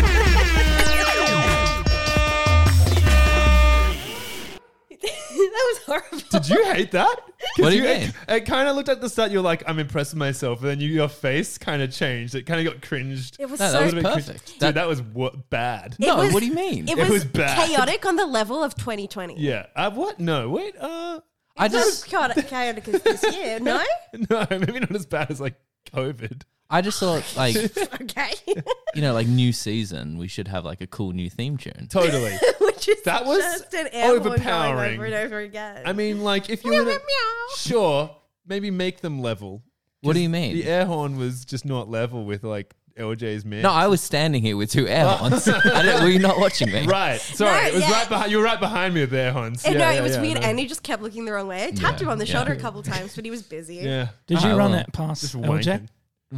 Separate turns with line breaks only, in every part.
horrible.
Did you hate that? 'Cause
What do you
it-
mean?
It, kind of looked at the start. You're like, I'm impressed with myself, and then you, your face kind of changed. It kind of got cringed.
It was
No, that
so
was
Bit cringe.
perfect.
Dude,
That-
that, was wo- bad.
It
No,
was-
what do you mean?
It
It
was,
was bad.
chaotic on the level of 2020.
Yeah. Uh, what? No. Wait. Uh.
I
It was
just
chaotic, chaotic as this year. No,
No. Maybe not as bad as like COVID.
I just thought like
okay,
you know, like new season, we should have like a cool new theme tune.
Totally.
which is
That was
just an airborne
overpowering.
going over and over again.
I mean, like if you
Meow,
were to-
meow, meow.
sure, maybe make them level.
What do you mean?
The air horn was just not level with like LJ's man.
No, I was standing here with two air horns. I don't, were you not watching me?
right. Sorry,
No,
it was
yeah.
right behind. You were right behind me with air horns.
And
Yeah,
no,
yeah,
it was
yeah,
weird.
no.
And he just kept looking the wrong way. I tapped
Yeah,
him on the
yeah.
shoulder a couple times, but he was busy.
yeah.
Did you
Oh,
run
well,
that past
Ah, Just
LJ?
wanking.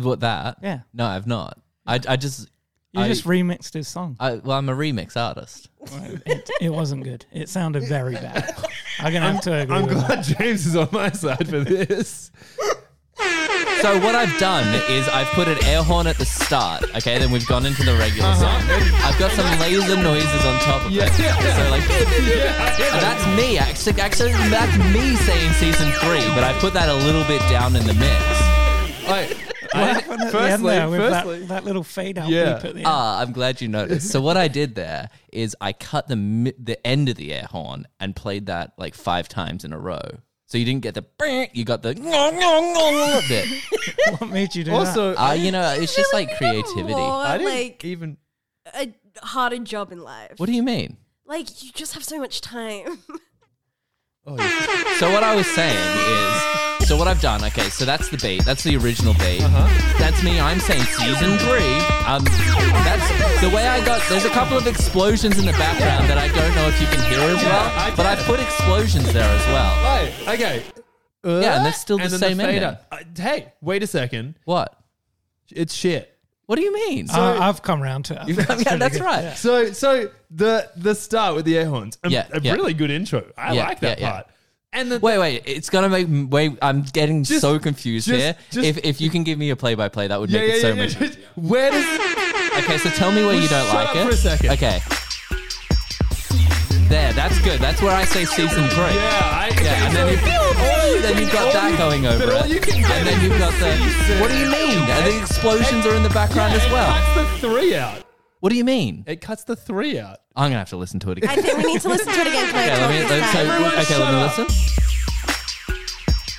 What that?
Yeah.
No, I've not. I, I just,
You
I-
just remixed his song.
I, well, I'm a remix artist.
it, it wasn't good. It sounded very bad. I'm gonna have to agree.
I'm
with that.
glad James is on my side for this.
So what I've done is I've put an air horn at the start. Okay, then we've gone into the regular song. I've got some laser noises on top of
Yeah.
it. So like,
Yeah.
that's me. Actually, actually, that's me saying season three. But I put that a little bit down in the mix.
Like,
What
I-
happened at the end
firstly,
there with
firstly,
that, that little fade out
Yeah.
beep at the end?
Ah, I'm glad you noticed. So what I did there is I cut the mi- the end of the air horn and played that like five times in a row. So you didn't get the you got the bit.
what made you do that?
also,
Uh, you know, it's just
Really
like
need a
creativity. e-
More,
I didn't
like
even.
a harder job in life.
What do you mean?
Like you just have so much time.
So what I was saying is, so what I've done, okay, so that's the beat, that's the original beat.
Uh-huh.
That's me, I'm saying season three. Um, that's the way I got, there's a couple of explosions in the background that I don't know if you can hear as
I
well,
did.
but I put explosions there as well.
Hey, okay.
Yeah, and that's still the
Uh, then
same
fade
ending.
out. Uh, hey, wait a second.
What?
It's shit.
What do you mean?
Uh, I've come round to it. I think that's
yeah,
pretty
that's
good.
right.
So, so the the start with the air horns. A,
Yeah,
a
yeah.
really good intro. I
Yeah,
like that
yeah, yeah.
part. And the
Wait, wait, it's gonna make, wait, I'm getting
Just-
so confused
just-
here.
just-
if, if you can give me a play by play, that would
yeah,
make
yeah,
it so
yeah, yeah.
much
Just- Where does
Okay, so tell me where you don't
Shut
like
up
it.
for a second.
Okay. There, that's good. That's where I say season three.
yeah? I,
Yeah, and then, you, oh, then you've got that going over
But all
it.
you can get
and then you've
is
got the.
season.
What do you mean? And the explosions are in the background as well.
It cuts the three out.
What do you mean?
It cuts the three out.
I'm gonna have to listen to it
I
again.
think we need to listen to it again. Can
Okay,
I
let me.
talk
Let,
this
so,
time?
Everyone
okay, let me
shut
listen.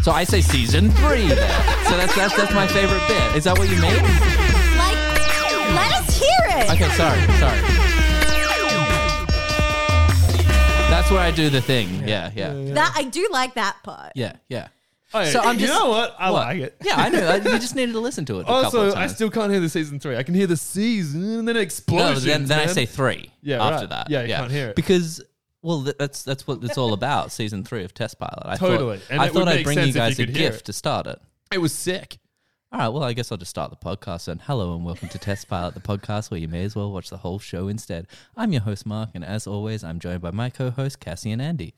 So I say season three there. So that's that's that's my favorite bit. Is that what you mean?
Like, let us hear it.
Okay, sorry, sorry. That's where I do the thing. Yeah, yeah.
That I do like that part.
Yeah, yeah.
Hey,
So I'm
you
just-
know what? I
What?
like it.
Yeah, I know. I, you just needed to listen to it. A couple
Also,
of
I
times.
still can't hear the season three. I can hear the season and then
No,
explosions.
then, then I
man.
say three.
Yeah,
after
right.
that.
Yeah, you can't hear it.
because well, th- that's that's what it's all about. season three of Test Pilot. I
Totally.
Thought,
And
I
it would
thought I'd
make
bring you
sense if you
guys a
could hear
gift
it.
to start it.
it was sick.
All right. Well, I guess I'll just start the podcast. And hello and welcome to Test Pilot, the podcast where you may as well watch the whole show instead. I'm your host Mark, and as always, I'm joined by my co-host Cassie and Andy.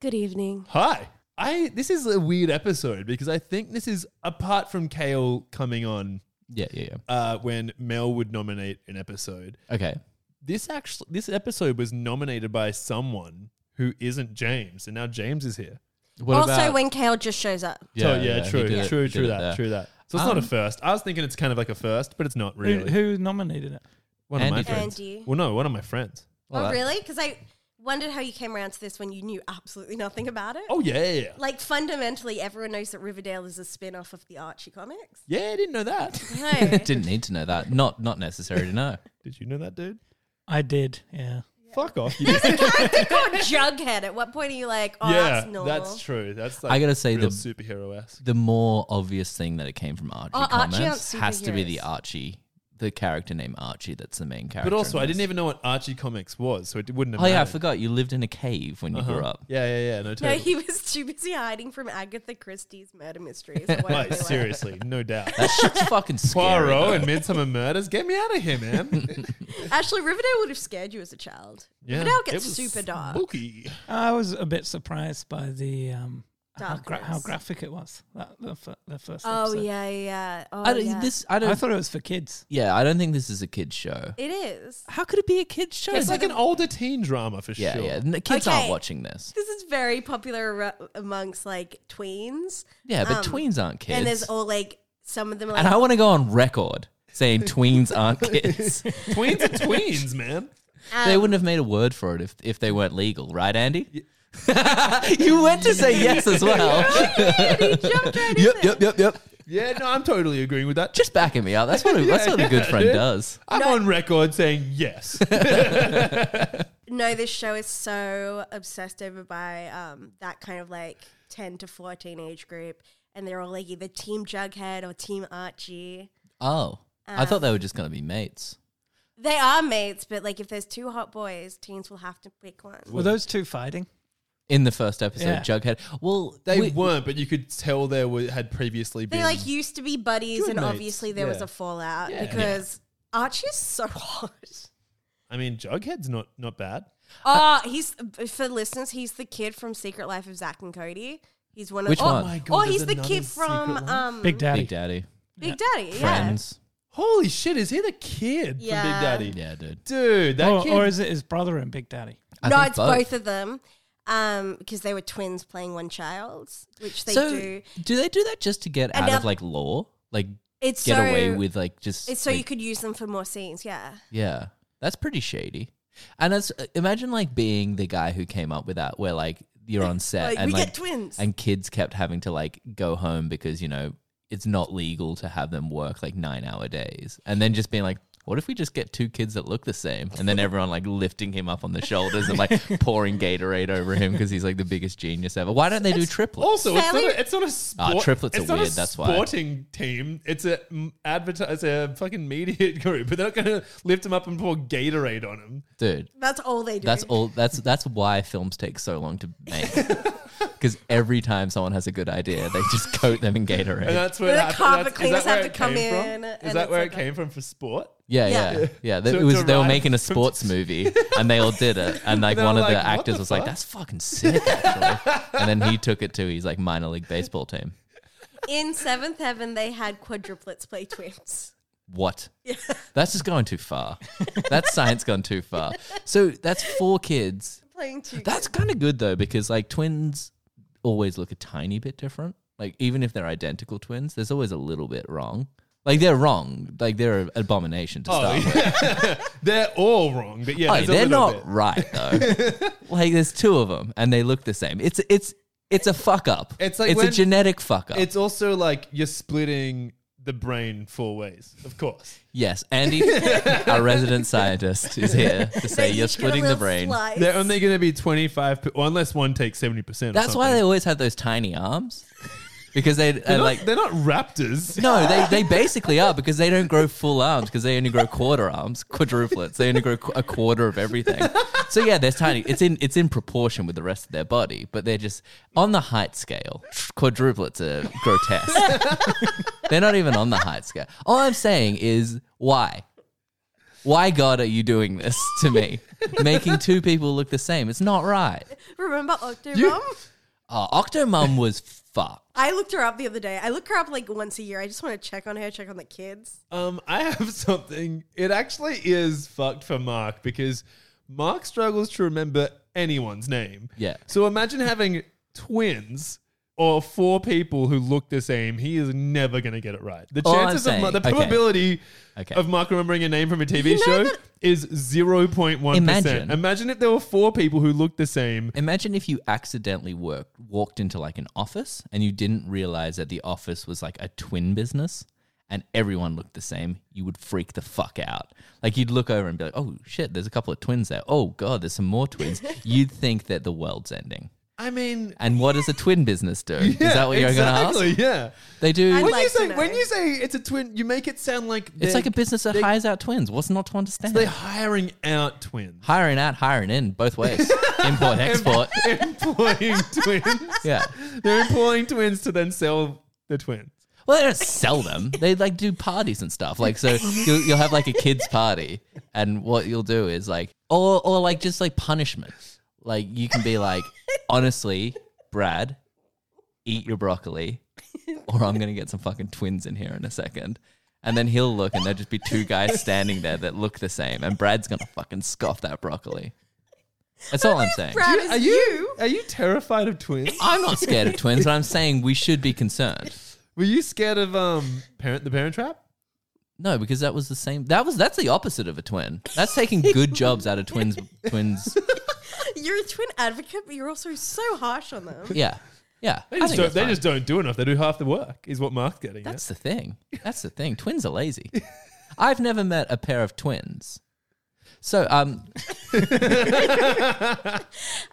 Good evening.
Hi. I this is a weird episode because I think this is apart from Kale coming on
Yeah, yeah, yeah.
uh, when Mel would nominate an episode.
Okay.
This actually this episode was nominated by someone who isn't James, and now James is here.
What
also,
about?
when Kale just shows up,
Yeah, yeah,
he
true,
did it-
true,
did
true
it
that,
there.
true that. So it's not a
Um,
first. I was thinking it's kind of like a first, but it's not
Who,
really.
who nominated it?
one of
Andy.
my friends.
Andy.
Well, no, one of my friends.
Well,
oh
that-
really? Because I wondered how you came around to this when you knew absolutely nothing about it.
Oh yeah, yeah, yeah.
Like fundamentally, everyone knows that Riverdale is a spin-off of the Archie comics.
Yeah, I didn't know that.
No.
Didn't need to know that. Not not necessary to know.
Did you know that, dude?
I did. Yeah.
Fuck off. you-
called Jughead. At what point are you like, oh,
yeah,
that's normal?
that's true. That's like
I gotta say
real
the
superhero esque.
the more obvious thing that it came from Archie
Oh, Archie aren't
comments has to be the
superheroes.
Archie, the character named Archie that's the main character.
But also,
in
I
this.
didn't even know what Archie comics was, so it wouldn't have.
Oh yeah, I
mattered.
forgot you lived in a cave when you
Uh-huh.
grew up.
Yeah, yeah, yeah. No,
No,
totally.
he was too busy hiding from Agatha Christie's murder mysteries.
Like, seriously, no doubt.
That shit's fucking scary.
Poirot
though.
and Midsummer Murders, get me out of here, man.
Actually, Riverdale would have scared you as a child.
yeah,
Riverdale
it
gets
was
super dark.
spooky.
I was a bit surprised by the um, How,
Dark
gra- how
Rooms.
graphic it was. That, the, fir- the first.
Oh
episode.
yeah, yeah. Oh,
I don't,
yeah.
This I don't.
I thought it was for kids.
yeah, I don't think this is a kids show.
it is.
How could it be a kids show?
It's like an older teen drama for
yeah,
sure.
yeah. n- Kids
Okay.
aren't watching this.
This is very popular ar- amongst like tweens,
Yeah, but
Um,
tweens aren't kids.
and there's all like some of them are like
And I want to go on record saying tweens aren't kids.
Um,
Tweens are tweens, man.
they wouldn't have made a word for it if, if they weren't legal, right, Andy? you went to say yes as well.
jumped right in
yep,
there.
yep, yep, yep.
Yeah, no, I'm totally agreeing with that.
Just backing me up. That's what a, that's what a good friend does.
I'm on record saying yes.
No, this show is so obsessed over by um, that kind of like ten to fourteen age group, and they're all like either Team Jughead or Team Archie.
Oh, I
Uh,
thought they were just going to be mates.
They are mates, but like if there's two hot boys, teens will have to pick one.
Were those two fighting?
In the first episode,
Yeah.
Jughead. Well,
They
we-
weren't, but you could tell there were, had previously been.
They like used to be buddies,
Good
and
mates,
obviously there was
yeah.
a fallout because Archie is so hot.
I mean, Jughead's not not bad.
Oh, he's for listeners. He's the kid from Secret Life of Zach and Cody. He's one of
Which
oh,
one? Oh
my God,
Or
there's
he's the
another
kid from
Secret Life?
um,
Big Daddy.
Big Daddy,
Big Daddy.
friends.
Holy shit, is he the kid
Yeah.
from Big Daddy?
Yeah, dude.
Dude, that
Or,
kid.
or is it his brother and Big Daddy?
Yeah.
I
No,
think
it's both. of them. Um, because they were twins playing one child, which they
so,
do.
they do that just to get
And
out of
now-
like law? Like,
It's
get
so,
away with like just.
It's so
like,
you could use them for more scenes. Yeah.
Yeah, that's pretty shady. And that's imagine like being the guy who came up with that, where like you're on set
Like,
and
we
like
get twins.
and kids kept having to like go home because you know it's not legal to have them work like nine hour days, and then just being like. What if we just get two kids that look the same, and then everyone like lifting him up on the shoulders and like pouring Gatorade over him because he's like the biggest genius ever? Why don't they do triplets?
also, it's not,
Sally-
a, it's not a sport.
Ah, triplets
it's
are
not
weird,
A
that's why.
sporting team. It's a mm, advertise. It's a fucking media group, but they're not going to lift him up and pour Gatorade on him.
Dude,
That's all they do.
That's all. That's that's why films take so long to make. Because every time someone has a good idea, they just coat them in
And
Gatorade.
that's where
The
it happened.
carpet
That's- is
cleaners
that where
have
it
to come
came
in,
From? Is
and
that
it's
where
like
it
a-
came from for sport?
Yeah,
Yeah.
yeah, yeah. They,
To-
it was
to
they were
arrive
making a
from-
sports movie, and they all did it. And like
They were
one of
like,
the
"What
actors
the
was like,
fuck?"
"That's fucking sick," actually. and then he took it to his like minor league baseball team.
in Seventh Heaven. They had quadruplets play twins.
What? That's just going too far. That's science gone too far. So that's four kids.
Playing two.
That's kind of good though, because like twins always look a tiny bit different. Like even if they're identical twins, there's always a little bit wrong. Like they're wrong. Like they're an abomination to
Oh,
start with.
yeah. they're all wrong, but yeah,
Like,
there's a
they're
little
not
bit.
right though. like there's two of them and they look the same. It's it's it's a fuck up.
It's like
it's a
when-
genetic fuck up.
It's also like you're splitting the brain four ways, of course.
yes, Andy, our resident scientist, is here to say
They
you're
each get a
splitting the
little
brain.
slice.
They're only going to be 25, well, unless one takes 70%.
That's
or
why they
something.
always have those tiny arms because they
they're
are
not,
like
they're not raptors.
No, they, they basically are because they don't grow full arms because they only grow quarter arms, quadruplets. They only grow qu- a quarter of everything. So yeah, they're tiny. It's in it's in proportion with the rest of their body, but they're just on the height scale. Quadruplets are grotesque. they're not even on the height scale. All I'm saying is why. Why God are you doing this to me? Making two people look the same. It's not right.
Remember Octomom?
Oh, Octomum was fucked.
I looked her up the other day. I look her up like once a year. I just want to check on her, check on the kids.
Um, I have something. It actually is fucked for Mark because Mark struggles to remember anyone's name.
Yeah.
So imagine having twins or four people who look the same. He is never going to get it right. The
All I'm
chances of Ma-
saying-
the
okay.
probability
Okay.
of Mark remembering a name from a TV show is 0.1%.
Imagine.
Imagine if there were four people who looked the same.
Imagine if you accidentally worked, walked into like an office and you didn't realize that the office was like a twin business and everyone looked the same. You would freak the fuck out. Like you'd look over and be like, oh shit, there's a couple of twins there. Oh God, there's some more twins. you'd think that the world's ending.
I mean,
And what does a twin business do? Is
yeah,
that what you're
exactly,
going to ask?
Yeah.
They do.
I'd
When
like
you
to
say
know.
when you say it's a twin, you make it sound like
it's
they're-
like a business that hires out twins. What's not to understand?
They're hiring out twins.
hiring out, hiring in, both ways. Import, export.
employing twins.
Yeah.
They're employing twins to then sell the twins.
Well, they don't sell them. They like do parties and stuff. Like so, you'll, you'll have like a kids party, and what you'll do is like, or or like just like punishment. Like you can be like, honestly, Brad, eat your broccoli, or I'm gonna get some fucking twins in here in a second. And then he'll look, and there'll just be two guys standing there that look the same, and Brad's gonna fucking scoff that broccoli. That's all I'm saying.
Brad
Are
is
you
you.
are you terrified of twins?
I'm not scared of twins, but I'm saying we should be concerned.
Were you scared of um parent the parent trap?
No, because that was the same. That was that's the opposite of a twin. That's taking good jobs out of twins. Twins.
You're a twin advocate, but you're also so harsh on them.
Yeah, yeah.
They
I
just, don't,
think that's
they
fine.
just don't do enough. They do half the work, is what Mark's getting.
That's the thing. That's the thing. Twins are lazy. I've never met a pair of twins. So, um,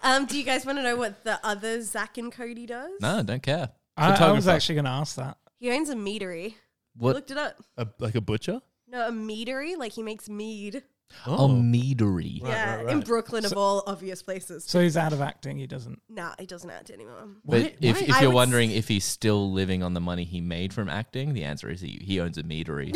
Um, do you guys want to know what the other Zach and Cody does?
no, don't care.
I, I was
Photographer.
actually going to ask that.
He owns a meadery.
What?
Looked it up.
at. A, like a butcher?
No, a meadery, like he makes mead.
oh.
A meadery.
Right,
yeah,
right, right.
in Brooklyn of all obvious places.
So he's out of acting. He doesn't.
nah, he doesn't act anymore.
But
Why-
if,
why-
if
I
you're
would
wondering if he's still living on the money he made from acting, the answer is he, he owns a meadery.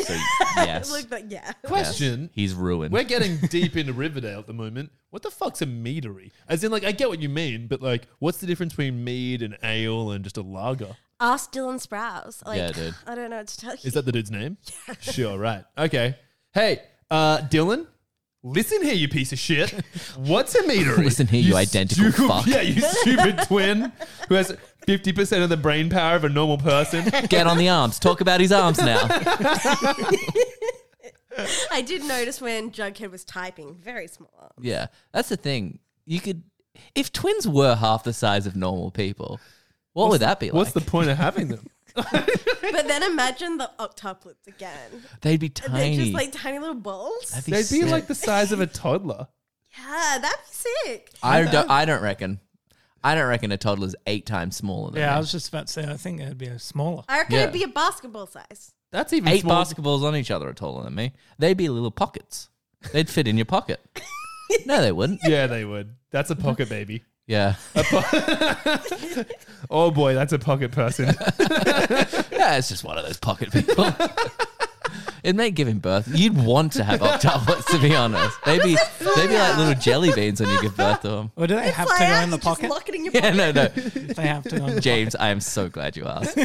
So yes,
Look, but yeah.
Question.
he's ruined.
We're getting deep into Riverdale at the moment. What the fuck's a meadery? As in, like, I get what you mean, but like, what's the difference between mead and ale and just a lager?
Ask Dylan Sprouse. Like,
Yeah, dude.
I don't know what to tell you.
Is that the dude's name? Sure, right. Okay. Hey, uh, Dylan, listen here, you piece of shit. What's a meadery?
Listen here, you identical
stupid-
fuck.
Yeah, you stupid twin who has 50% of the brain power of a normal person.
Get on the arms. Talk about his arms now.
I did notice when Jughead was typing, very small.
Yeah, that's the thing. You could, if twins were half the size of normal people, what would that be like?
What's the point of having them?
But then imagine the octuplets again.
They'd be
They're
tiny.
just like tiny little balls.
That'd be
They'd be
sick.
like the size of a toddler.
Yeah, that'd be sick.
I don't. I don't reckon. I don't reckon a toddler's eight times smaller than
Yeah, I
me.
was just about to say, I think it'd be a smaller.
I reckon
Yeah.
it'd be a basketball size.
That's even
Eight
smaller-
basketballs on each other are taller than me. They'd be little pockets. They'd fit in your pocket. no, they wouldn't.
Yeah, they would. That's a pocket baby.
Yeah.
Oh boy, that's a pocket person.
Yeah, it's just one of those pocket people. It may give him birth. You'd want to have octopods, to be honest. They'd be, they'd be like little jelly beans when you give birth to them.
Or do they have
Like,
to go in the
you just
pocket?
Lock it in your
Yeah,
pocket.
no, no.
They have to go in the
James, I am so glad you asked.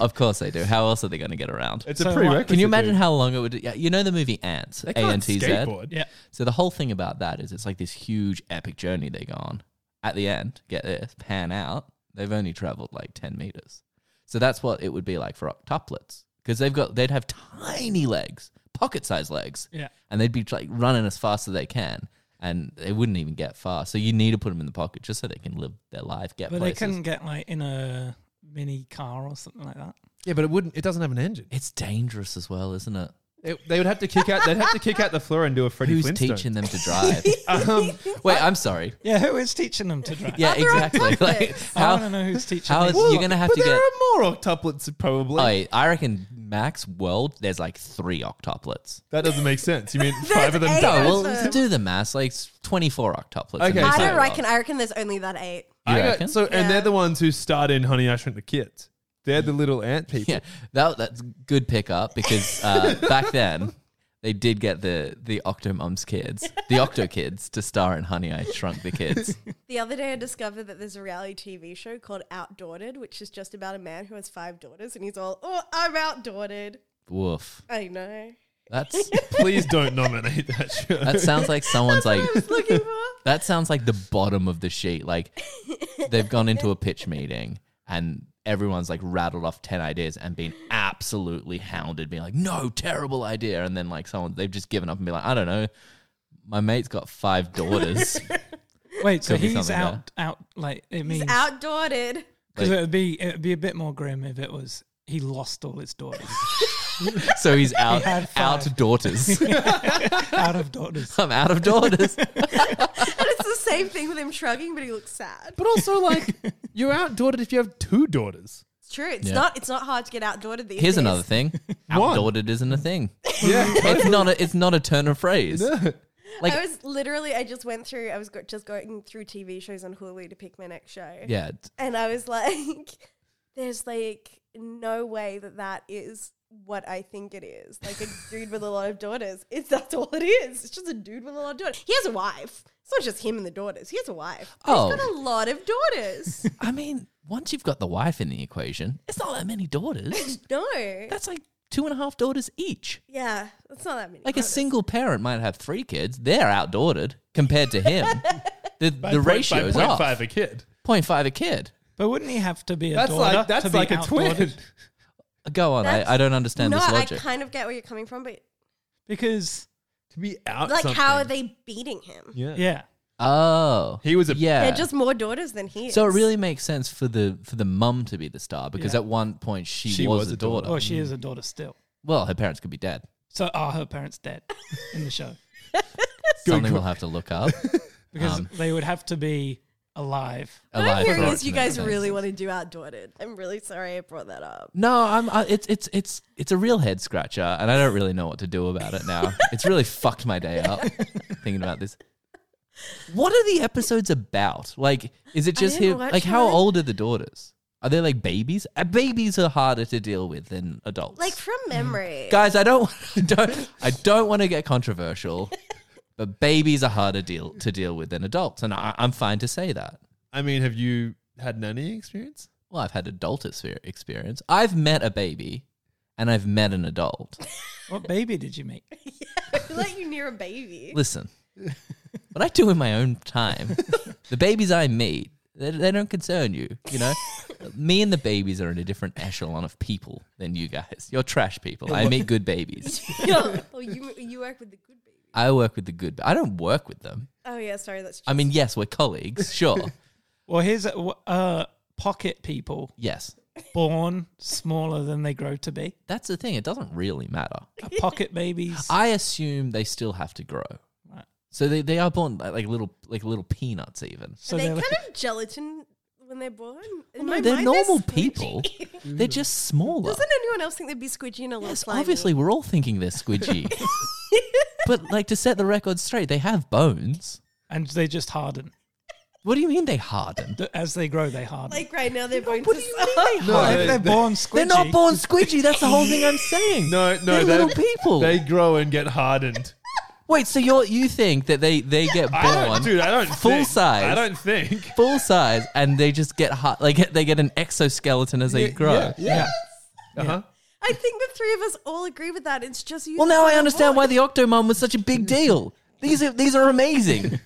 Of course they do. How else are they going to get around?
It's
So,
a
like,
prerequisite.
Can you imagine
dude.
how long it would? Yeah, you know the movie Ants,
they
A
can't
N T Z.
skateboard?
Yeah.
So the whole thing about that is it's like this huge epic journey they go on. At the end, get this, pan out, they've only traveled like 10 meters. So that's what it would be like for octuplets because they've got they'd have tiny legs, pocket-sized legs.
Yeah.
And they'd be like running as fast as they can and they wouldn't even get far. So you need to put them in the pocket just so they can live their life, get
But they
places.
couldn't get like in a mini car or something like that.
Yeah, but it wouldn't. It doesn't have an engine.
It's dangerous as well, isn't it?
They, they would have to kick out. They'd have to kick out the floor and do a Freddie
Who's
Flintstone. Um,
teaching them to drive? Wait, I'm sorry.
Yeah, who is teaching them to drive?
Yeah, exactly. Like,
octuplets.
I
how,
want to know who's teaching
how
them.
is- you're gonna have
but
to
there
get-
are more octuplets probably.
I, I reckon max world, there's like three octuplets.
that doesn't make sense. You mean five of them?
eight
No,
died?
of
Oh, well,
them.
to do the maths, like s- 24 octuplets.
Okay,
I
so-
don't reckon. I reckon there's only that eight.
You
I got-
reckon?
so,
Yeah.
and they're the ones who start in Honey I Shrunk the Kids. They're the little ant people.
yeah, that, that's good pickup because uh, back then they did get the the Octomum's kids, the Octo kids, to star in Honey I Shrunk the Kids.
The other day, I discovered that there's a reality TV show called Outdaughtered, which is just about a man who has five daughters, and he's all, "Oh, I'm outdaughtered."
Woof.
I know.
That's
Please don't nominate that show.
that sounds like someone's like
I was looking for.
that sounds like the bottom of the sheet. Like they've gone into a pitch meeting and everyone's like rattled off 10 ideas and been absolutely hounded, being like, no, terrible idea. And then like someone, they've just given up and be like, I don't know. My mate's got five daughters.
Wait, so
Could be
he's
something
out, out, like it
He's
means
outdaughtered.
because
Like-
it'd be it'd be a bit more grim if it was he lost all his daughters
so he's out,
had five.
out daughters.
out of daughters.
I'm out of daughters.
And it's the same thing with him shrugging, but he looks sad.
But also, like, you're outdaughtered if you have two daughters.
It's true. It's
Yeah.
not. It's not hard to get outdaughtered these
Here's
days.
another thing.
One.
Outdaughtered isn't a thing.
Yeah.
It's not a, it's not a turn of phrase. Like-
I was literally. I just went through. I was go- just going through TV shows on Hulu to pick my next show.
Yeah.
and I was like, "There's like no way that that is what I think it is. Like a dude with a lot of daughters. It's that's all it is. It's just a dude with a lot of daughters. He has a wife. It's not just him and the daughters. He has a wife.
Oh.
He's got a lot of daughters.
I mean, once you've got the wife in the equation, it's not that many daughters.
no.
That's like two and a half daughters each.
yeah, that's not that many.
Like a
daughters.
single parent might have three kids. They're outdaughtered compared to him. the
By
the
point-
ratio
by
is
point
off.
five a kid.
Point 0.5 a kid.
But wouldn't he have to be a
That's
daughter?
like
to
that's
be
like a twin.
outdaughtered?
Go on.
That's-
I, I don't understand
no,
this
I
logic.
kind of get where you're coming from, but
Because
to be out.
like, how are
something.
they beating him?
Yeah.
yeah,
oh.
He was a
yeah.
They're just more daughters than he is.
so it really makes sense for the for the mum to be the star because
Yeah.
at one point she,
She
was,
was
a
a daughter. Oh,
daughter.
or she is a daughter still.
Well, her parents could be dead.
So are her parents dead in the show?
Something we'll have to look up.
Because
Um,
they would have to be alive.
What I'm
Alive
hearing
for
is
it
you
to make
guys
sense.
really want to do outdaughtered. I'm really sorry I brought that up.
No, I'm. I, it's it's it's it's a real head scratcher, and I don't really know what to do about it now. it's really fucked my day up thinking about this. What are the episodes about? Like, is it just
didn't
him?
watch
Like, how
mine.
old are the daughters? Are they like babies? Uh, babies are harder to deal with than adults.
Like from memory.
guys, I don't, I don't, I don't want to get controversial, but babies are harder deal to deal with than adults, and I, I'm fine to say that.
I mean, have you had nanny experience?
Well, I've had adult exper- experience. I've met a baby, and I've met an adult.
What baby did you make?
like you near a baby.
Listen, what I do in my own time, the babies I meet, they, they don't concern you. You know, me and the babies are in a different echelon of people than you guys. You're trash people. I meet good babies.
oh, you you work with the good baby.
I work with the good. I don't work with them.
Oh yeah, sorry, that's
I mean, yes, we're colleagues. Sure.
Well, here's a, uh, pocket people
Yes.
born smaller than they grow to be.
That's the thing. It doesn't really matter.
Are pocket babies.
I assume they still have to grow.
Right.
So they, they are born like, like little like little peanuts even.
so
Are they
they're
kind
like,
of gelatin when they're born? In
Oh, no,
my
they're
mind,
normal
squidgy.
people. They're just smaller.
Doesn't anyone else think they'd be squidgy in a little
Yes,
slimy?
obviously we're all thinking they're squidgy. but like to set the record straight, they have bones.
and they just harden.
What do you mean they harden?
Th- As they grow, they harden.
Like right now, they're bones.
What do you mean they harden?
Well, if
they-
they're
they-
born squidgy,
They're not born squidgy. That's the whole thing I'm saying.
No, no,
they're
they're-
little people.
They grow and get hardened.
Wait, so you you think that they they get born?
I don't, dude, I don't
Full
think-
size.
I don't think.
full size and they just get hot like they get an exoskeleton as they grow.
Yeah. yeah. Uh-huh.
I think the three of us all agree with that. It's just you.
Well, now I
that
understand why
are
the Octomom was such a big deal. These are these are amazing.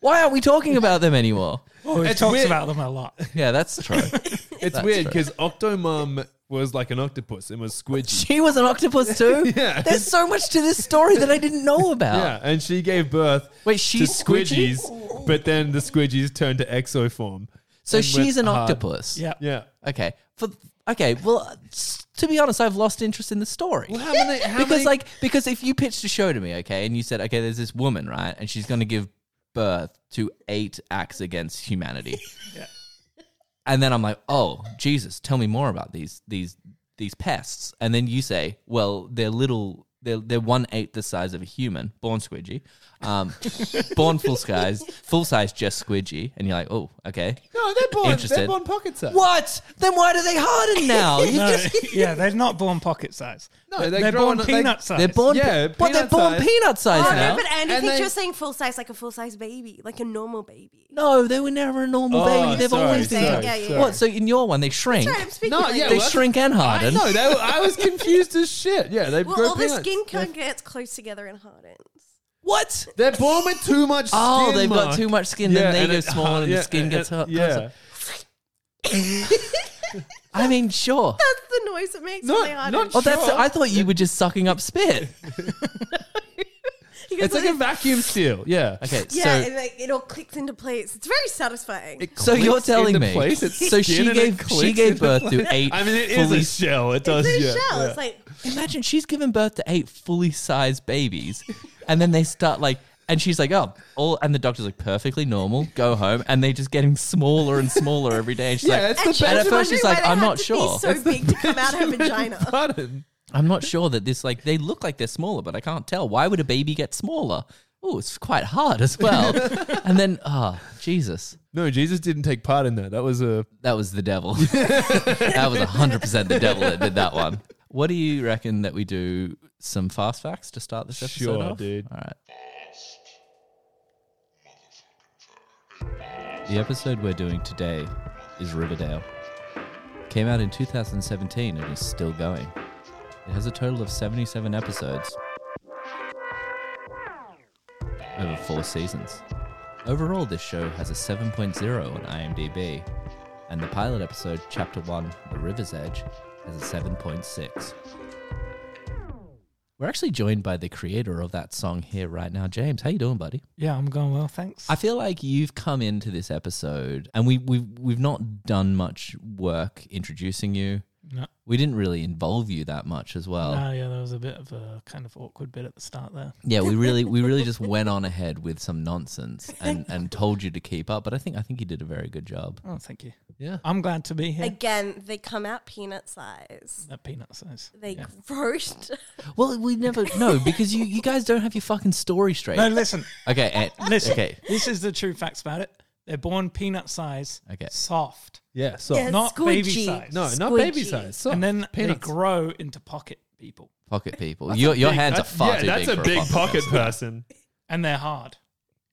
why aren't we talking about them anymore?
Oh, he
It's
talks
weird.
about them a lot.
Yeah, that's true.
It's
That's
weird
true.
because Octomom was like an octopus and was squidgy.
she was an octopus too.
Yeah.
There's so much to this story that I didn't know about.
Yeah, and she gave birth
Wait,
to
she's squidgy.
squidgies, but then the squidgies turned to exoform.
So
and
she's
went
an
hard.
octopus.
Yeah.
Yeah.
Okay. For okay. Well, uh, s- to be honest, I've lost interest in the story.
how many- how
because
many-
like because if you pitched a show to me, okay, and you said, okay, there's this woman, right, and she's going to give birth to eight acts against humanity.
Yeah.
And then I'm like, oh Jesus, tell me more about these these these pests. And then you say, well, they're little. They're, they're one eighth the size of a human, born squidgy, um, born full size, full size just squidgy, and you're like, oh, okay.
No, they're born.
Interested.
They're born pocket size.
What? Then why do they harden now? You
No,
just
yeah, they're not born pocket size.
No,
they're,
they grow
born
on- they-
peanut size.
They're born,
Yeah,
but they're
peanut
born
size.
peanut size
born.
now.
Oh, no, but Andy
And
thinks
they-
you're saying full size, like a full size baby, like a normal baby.
no, they were never a normal
Oh,
baby. They've
sorry,
always been.
sorry,
like-
Yeah, yeah, yeah.
What? So in your one, they shrink.
Sorry, I'm speaking.
No,
like
yeah,
They
this.
well,
shrink and harden.
No, they were, I was confused as shit. Yeah, they
well,
grow
all the
peanuts.
skin kind of gets close together and hardens.
What?
They're born with too much
Oh,
skin.
they've got
Mark.
too much skin, then they
and
go
it-
smaller, and the skin
and-
gets hot-
Yeah.
closer. I mean, sure.
That's the noise it makes
Not-
when they harden.
not
Oh, that's.
Sure.
I thought you were just sucking up spit.
He goes
It's like a vacuum seal. Yeah.
Okay,
yeah,
so
and like it all clicks into place. It's very satisfying.
so you're
clicks into
telling me.
place, it's
so she
skin and it
gave she
clicks
gave
into
birth to
place.
eight.
I mean, it is
fully
a shell. It does.
it's in a
yeah,
shell.
yeah.
It's like
Imagine she's given birth to eight fully sized babies, and then they start like, and she's like, oh, all, and the doctor's like, perfectly normal, go home, and they're just getting smaller and smaller every day. And she's
Yeah,
like,
it's the
and she
best-
was
And at first she's
wondering why they
like, "I'm
had
not
to be
sure."
So big to come out of her vagina.
Button.
I'm not sure that this like they look like they're smaller, but I can't tell. Why would a baby get smaller? Oh, it's quite hard as well. and then, oh, Jesus,
No, Jesus didn't take part in that. That was a
that was the devil. that was hundred percent the devil that did that one. What do you reckon that we do? Some fast facts to start this episode
Sure,
off?
dude.
All right. The episode we're doing today is Riverdale. Came out in 2017 and is still going. It has a total of 77 episodes over four seasons. Overall, this show has a 7.0 on IMDb, and the pilot episode, Chapter 1, The River's Edge, has a 7.6. We're actually joined by the creator of that song here right now, James. How you doing, buddy?
Yeah, I'm going well, thanks.
I feel like you've come into this episode and we we've we've not done much work introducing you.
No.
We didn't really involve you that much as well.
Oh, yeah, there was a bit of a kind of awkward bit at the start there.
Yeah, we really we really just went on ahead with some nonsense and, and told you to keep up, but I think I think you did a very good job.
Oh, thank you.
Yeah.
I'm glad to be here.
Again, they come out peanut size.
that peanut size.
They roast.
Well, we never no because you, you guys don't have your fucking story straight.
No, listen,
Okay, Ant,
listen.
Okay.
This is the true facts about it. They're born peanut size,
Okay.
soft,
Yeah. So
Yeah,
not baby
squidgy.
size.
no, not
squidgy.
baby size. So
and then
peanuts.
they grow into pocket people,
pocket people. Your your
Big-
hands are
that's-
far
yeah,
too
that's
big.
a
for
big pocket
person.
person.
and they're hard.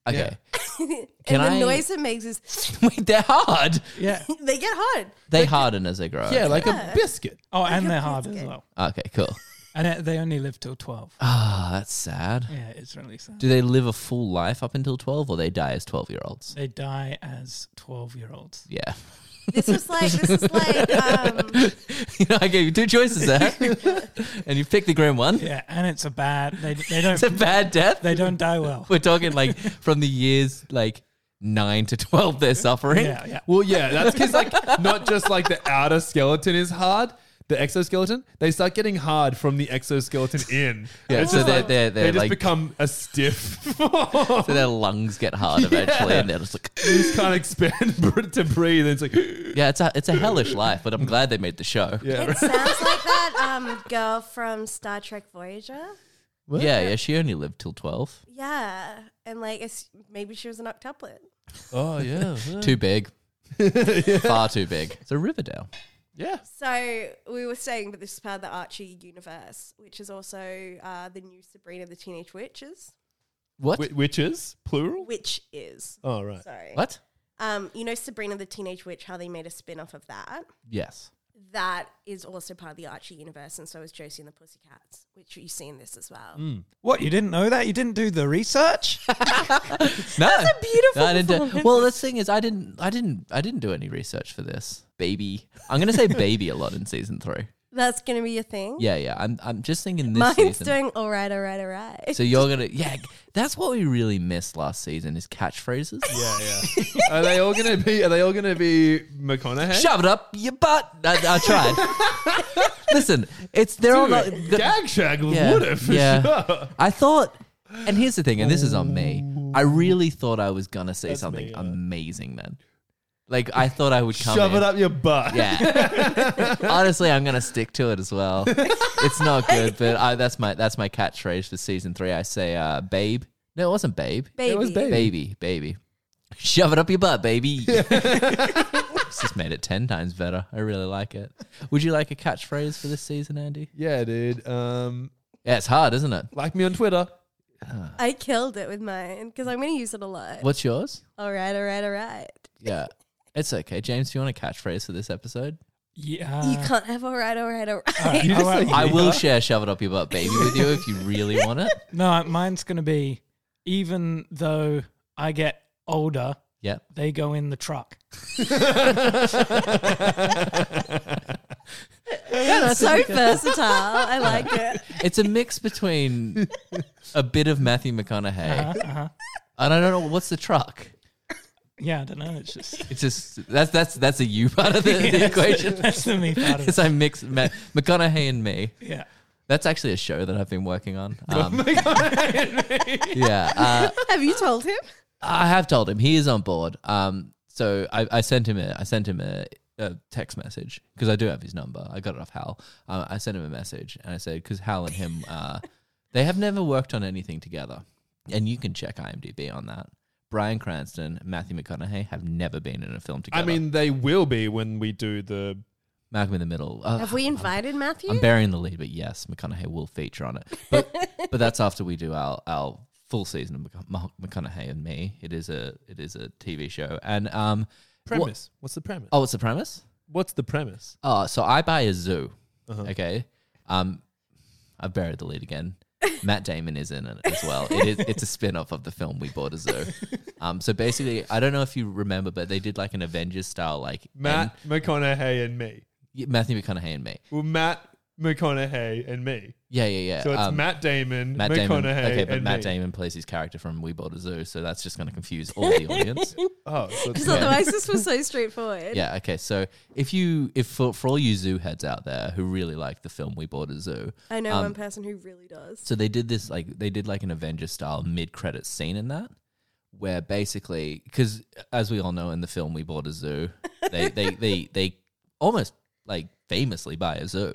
Okay. Can
and the
I-
noise it makes is
Wait, they're hard.
Yeah.
they get hard.
They harden as they grow.
Yeah, like
Yeah.
a biscuit.
Oh, and
hope
they're
that's
hard as
good.
well.
Okay, cool.
And uh, they only live till twelve.
Ah, that's sad.
Yeah, it's really sad.
Do they live a full life up until 12 or they die as 12 year olds?
They die as twelve-year-olds.
Yeah.
This is like this is like um,
you know, I gave you two choices there. and you picked the grim one.
Yeah, and it's a bad. They they don't
It's a bad death.
they don't die well.
We're talking like from the years like 9 to 12 they're suffering.
Yeah, yeah.
Well, yeah, that's because like not just like the outer skeleton is hard, the exoskeleton they start getting hard from the exoskeleton in.
Yeah,
It's
so
just
they're-
like-
they're- they're
they just
like-
become a stiff.
So their lungs get hard eventually and they're just like
They just can't expand to breathe. It's like
Yeah, it's a it's a hellish life, but I'm glad they made the show. Yeah,
yeah,
it sounds like that um, girl from Star Trek Voyager.
yeah, she only lived till 12.
Yeah, and like it's, maybe she was an octuplet.
oh yeah,
Too big. Far too big. So Riverdale.
yeah.
So we were saying that this is part of the Archie universe, which is also uh, the new Sabrina the Teenage Witches,
What?
Wh- witches plural.
which is
Oh right.
sorry.
what?
Um, you know Sabrina the Teenage Witch, how they made a spin off of that.
Yes.
That is also part of the Archie universe, and so is Josie and the Pussycats, which you see in this as well.
Hmm.
What you didn't know that you didn't do the research.
No,
a beautiful
I didn't do,
performance.
well, the thing is, I didn't, I didn't, I didn't do any research for this. Baby, I'm gonna say baby a lot in season three.
That's gonna be your thing.
Yeah, yeah. I'm, I'm just thinking this
Mine's
season.
doing all right, all right, all right.
so you're gonna, yeah. That's what we really missed last season is catchphrases.
Yeah, yeah. are they all gonna be? Are they all gonna be McConaughey?
Shove it up your butt. I, I tried. Listen, it's they're all. Not,
Dude,
the-
Gag Shag
Yeah,
would have for
yeah.
sure.
I thought, and here's the thing, and this is on me. I really thought I was gonna say something
Oh. me, yeah.
amazing then. Like I thought I would come
Shove
in.
it up your butt.
Yeah. Honestly, I'm gonna stick to it as well. It's not good, but I, that's my that's my catchphrase for season three. I say, uh, "Babe." No, it wasn't "babe."
baby.
was baby.
Baby, baby, shove it up your butt, baby. It's just made it ten times better. I really like it. Would you like a catchphrase for this season, Andy?
Yeah, dude. Um,
Yeah, it's hard, isn't it?
like me on Twitter.
I killed it with mine because I'm gonna use it a lot.
What's yours?
All right, all right, all right.
Yeah, it's okay. James, do you want a catchphrase for this episode? Uh,
Yeah,
you can't have all right, all right, all right.
I- I won't-
I will share "shove it up your butt, baby" with you if you really want it.
No, mine's going to be even though I get older,
Yeah.
they go in the truck.
so versatile. I like it.
It's a mix between a bit of Matthew McConaughey
Uh, uh-huh.
and I don't know what's the truck.
Yeah, I don't know. It's just
It's just that's that's that's a you part of the, the equation.
that's the me part of it.
It's I mix Ma- McConaughey and me.
Yeah.
That's actually a show that I've been working on. Um, yeah, uh,
Have you told him?
I have told him he is on board. Um, so I, I sent him a I sent him a, a text message because I do have his number. I got it off Hal. Uh, I sent him a message and I said because Hal and him uh, they have never worked on anything together, and you can check IMDb on that. Brian Cranston, Matthew McConaughey have never been in a film together.
I mean, they will be when we do the.
Malcolm in the Middle. Uh,
Have we invited Matthew?
I'm burying the lead, but yes, McConaughey will feature on it. But but that's after we do our our full season of McC- Mah- McConaughey and Me. It is a it is a TV show, and um, what-
Premise. What's the premise?
oh, what's the premise?
What's the premise?
Oh, so I buy a zoo.
Uh-huh.
Okay, um, I buried the lead again. Matt Damon is in it as well. It is, it's a spin off of the film We Bought a Zoo. Um, so basically, I don't know if you remember, but they did like an Avengers style like and-
Matt McConaughey and me.
Yeah, Matthew McConaughey and me.
Well, Matt McConaughey and me.
Yeah, yeah, yeah.
So it's
Um,
Matt Damon,
Matt
McConaughey,
Damon. Okay, but
and
Matt
me.
Damon plays his character from We Bought a Zoo, so that's just going to confuse all the audience.
Oh, so it's
Because
Matt-
otherwise, this was so straightforward.
yeah. Okay. So if you, if for, for all you zoo heads out there who really like the film We Bought a Zoo,
I know
Um,
one person who really does.
so they did this like they did like an Avengers style mid credit scene in that, where basically because as we all know in the film We Bought a Zoo, they they they they almost like famously buy a zoo.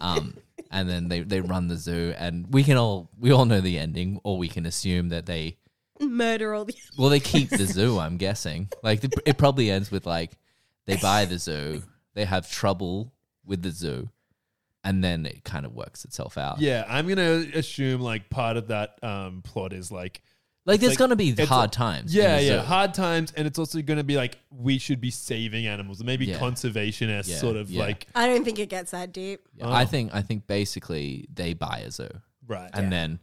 Um, and then they, they run the zoo and we can all we all know the ending or we can assume that they
Murder all the.
Well, they keep the zoo, I'm guessing. Like the, it probably ends with like they buy the zoo, they have trouble with the zoo, and then it kind of works itself out.
yeah, I'm gonna assume like part of that um, plot is like
like there's
like-
gonna be
it's-
hard times. in
yeah,
the
yeah,
zoo.
hard times, and it's also gonna be like we should be saving animals, maybe
Yeah.
conservation esque
Yeah,
sort of
yeah.
like
I don't think it gets that deep.
Yeah, I think I think basically they buy a zoo,
right.
and then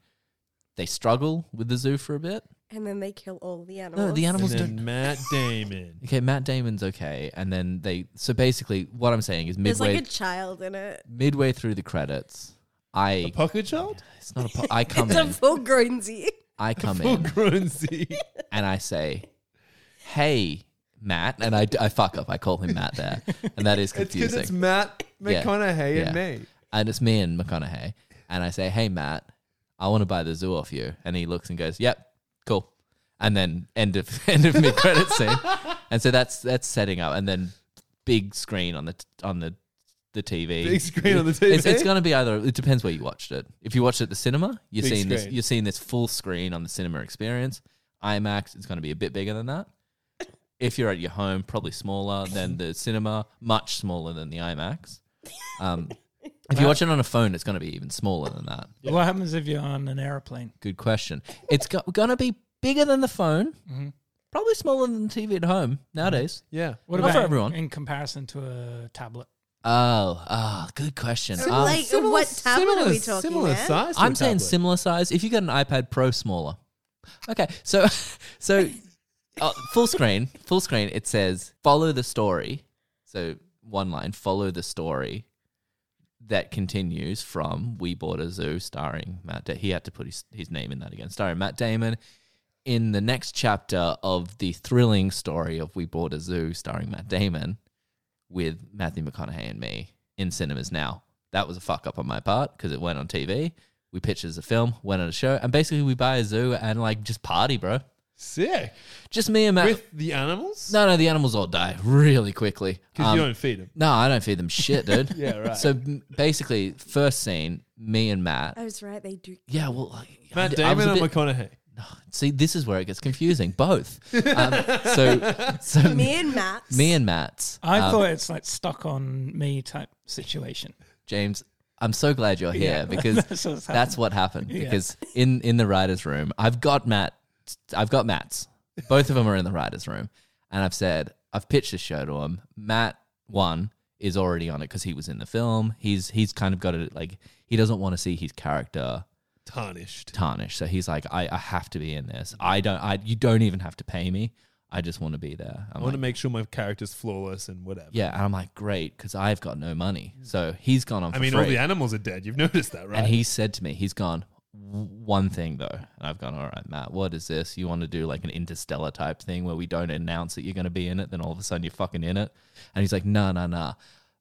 they struggle with the zoo for a bit.
And then they kill all the animals.
No, the
And
animals don't.
then Matt Damon.
Okay, Matt Damon's okay, and then they. So basically, what I'm saying is
There's
midway
like a child in it.
midway through the credits, I
Pocket Child?
it's not a po- I come
It's a
in,
full Grinzy.
I come
Full
in,
grown Z.
and I say, "Hey, Matt," and I, I fuck up. I call him Matt there, and that is
It's because
confusing.
it's Matt
Yeah,
McConaughey and
yeah.
me.
and it's me and McConaughey, and I say, "Hey, Matt, I want to buy the zoo off you," and he looks and goes, "Yep, cool." And then end of end of mid credit scene, and so that's that's setting up, and then big screen on the t- on the the TV.
Big screen on the
It's, it's
TV?
going to be either. It depends where you watched it. If you watched it at the cinema, you're
Big
seeing this.
screen.
You're seeing this full screen on the cinema experience. IMAX. It's going to be a bit bigger than that. If you're at your home, probably smaller than the cinema, much smaller than the IMAX. Um, if you watch it on a phone, it's going to be even smaller than that.
What happens if you're on an airplane?
Good question. It's go- going to be bigger than the phone,
Mm-hmm.
Mhm.
probably smaller than the TV at home nowadays.
Yeah.
What
Not for
about in-
everyone.
in comparison to a tablet?
Oh, ah, good question.
So,
Um,
like, what tablet are we talking
Similar
about?
size. to
I'm
a
saying
tablet.
similar size. If you get an iPad Pro, smaller. Okay, so so uh, full screen, full screen. It says follow the story. So one line, follow the story that continues from We Bought a Zoo, starring Matt. Da- he had to put his, his name in that again, starring Matt Damon. In the next chapter of the thrilling story of We Bought a Zoo, starring Matt Damon, with Matthew McConaughey and me in cinemas now. That was a fuck up on my part because it went on TV. We pitched it as a film, went on a show, and basically we buy a zoo and like just party, bro.
Sick.
Just me and Matt.
With the animals?
no, no, the animals all die really quickly.
Because
Um,
you don't feed them.
no, I don't feed them shit, dude.
Yeah, right.
So m- basically, first scene, me and Matt.
I was right. They do.
Yeah, well, like,
Matt
I- I was
Damon and
a bit-
McConaughey.
see, this is where it gets confusing. Both. Um, so, so me,
Me and Matt.
and Matt's.
I
um,
thought it's like stuck on me type situation.
James, I'm so glad you're here because
That's what's
that's what happened. Because in in the writers' room, I've got Matt, I've got Matt's. Both of them are in the writers' room, and I've said I've pitched this show to him. Matt one is already on it because he was in the film. He's he's kind of got it like he doesn't want to see his character
Tarnished.
tarnished. So he's like, I, I have to be in this. I don't. I you don't even have to pay me. I just want to be there.
I
I'm
want
like,
to make sure my character's flawless and whatever.
yeah, and I'm like, great, because I've got no money. So he's gone on. For
I mean,
free.
all the animals are dead. You've noticed that, right?
And he said to me, he's gone, "W- one thing though. And I've gone, all right, Matt, what is this? You want to do like an interstellar type thing where we don't announce that you're going to be in it, then all of a sudden you're fucking in it? And he's like, no, no, no.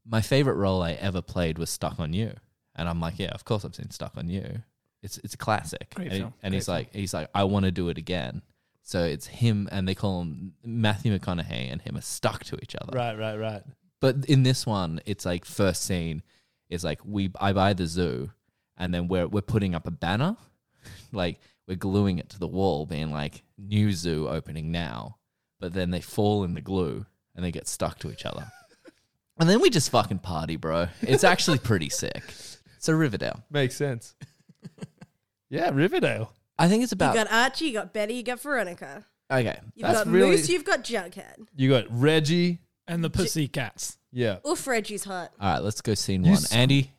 My favorite role I ever played was Stuck on You. And I'm like, yeah, of course I've seen Stuck on You. It's it's a classic.
Great
and he-
film,
and
great
he's like, he's like, I want to do it again. So it's him, and they call him Matthew McConaughey, and him are stuck to each other.
right, right, right.
But in this one, it's like first scene is like we I buy the zoo, and then we're we're putting up a banner, like we're gluing it to the wall, being like new zoo opening now. But then they fall in the glue and they get stuck to each other, and then we just fucking party, bro. It's actually pretty sick. So Riverdale,
Makes sense. yeah, Riverdale.
I think it's about
You got Archie, you got Betty, you got Veronica.
okay.
You've
That's
got
really
Moose, you've got Jughead.
You got Reggie.
and the pussy cats.
Yeah.
Oof, Reggie's hot.
all right. Let's go scene
You
one.
s-
Andy,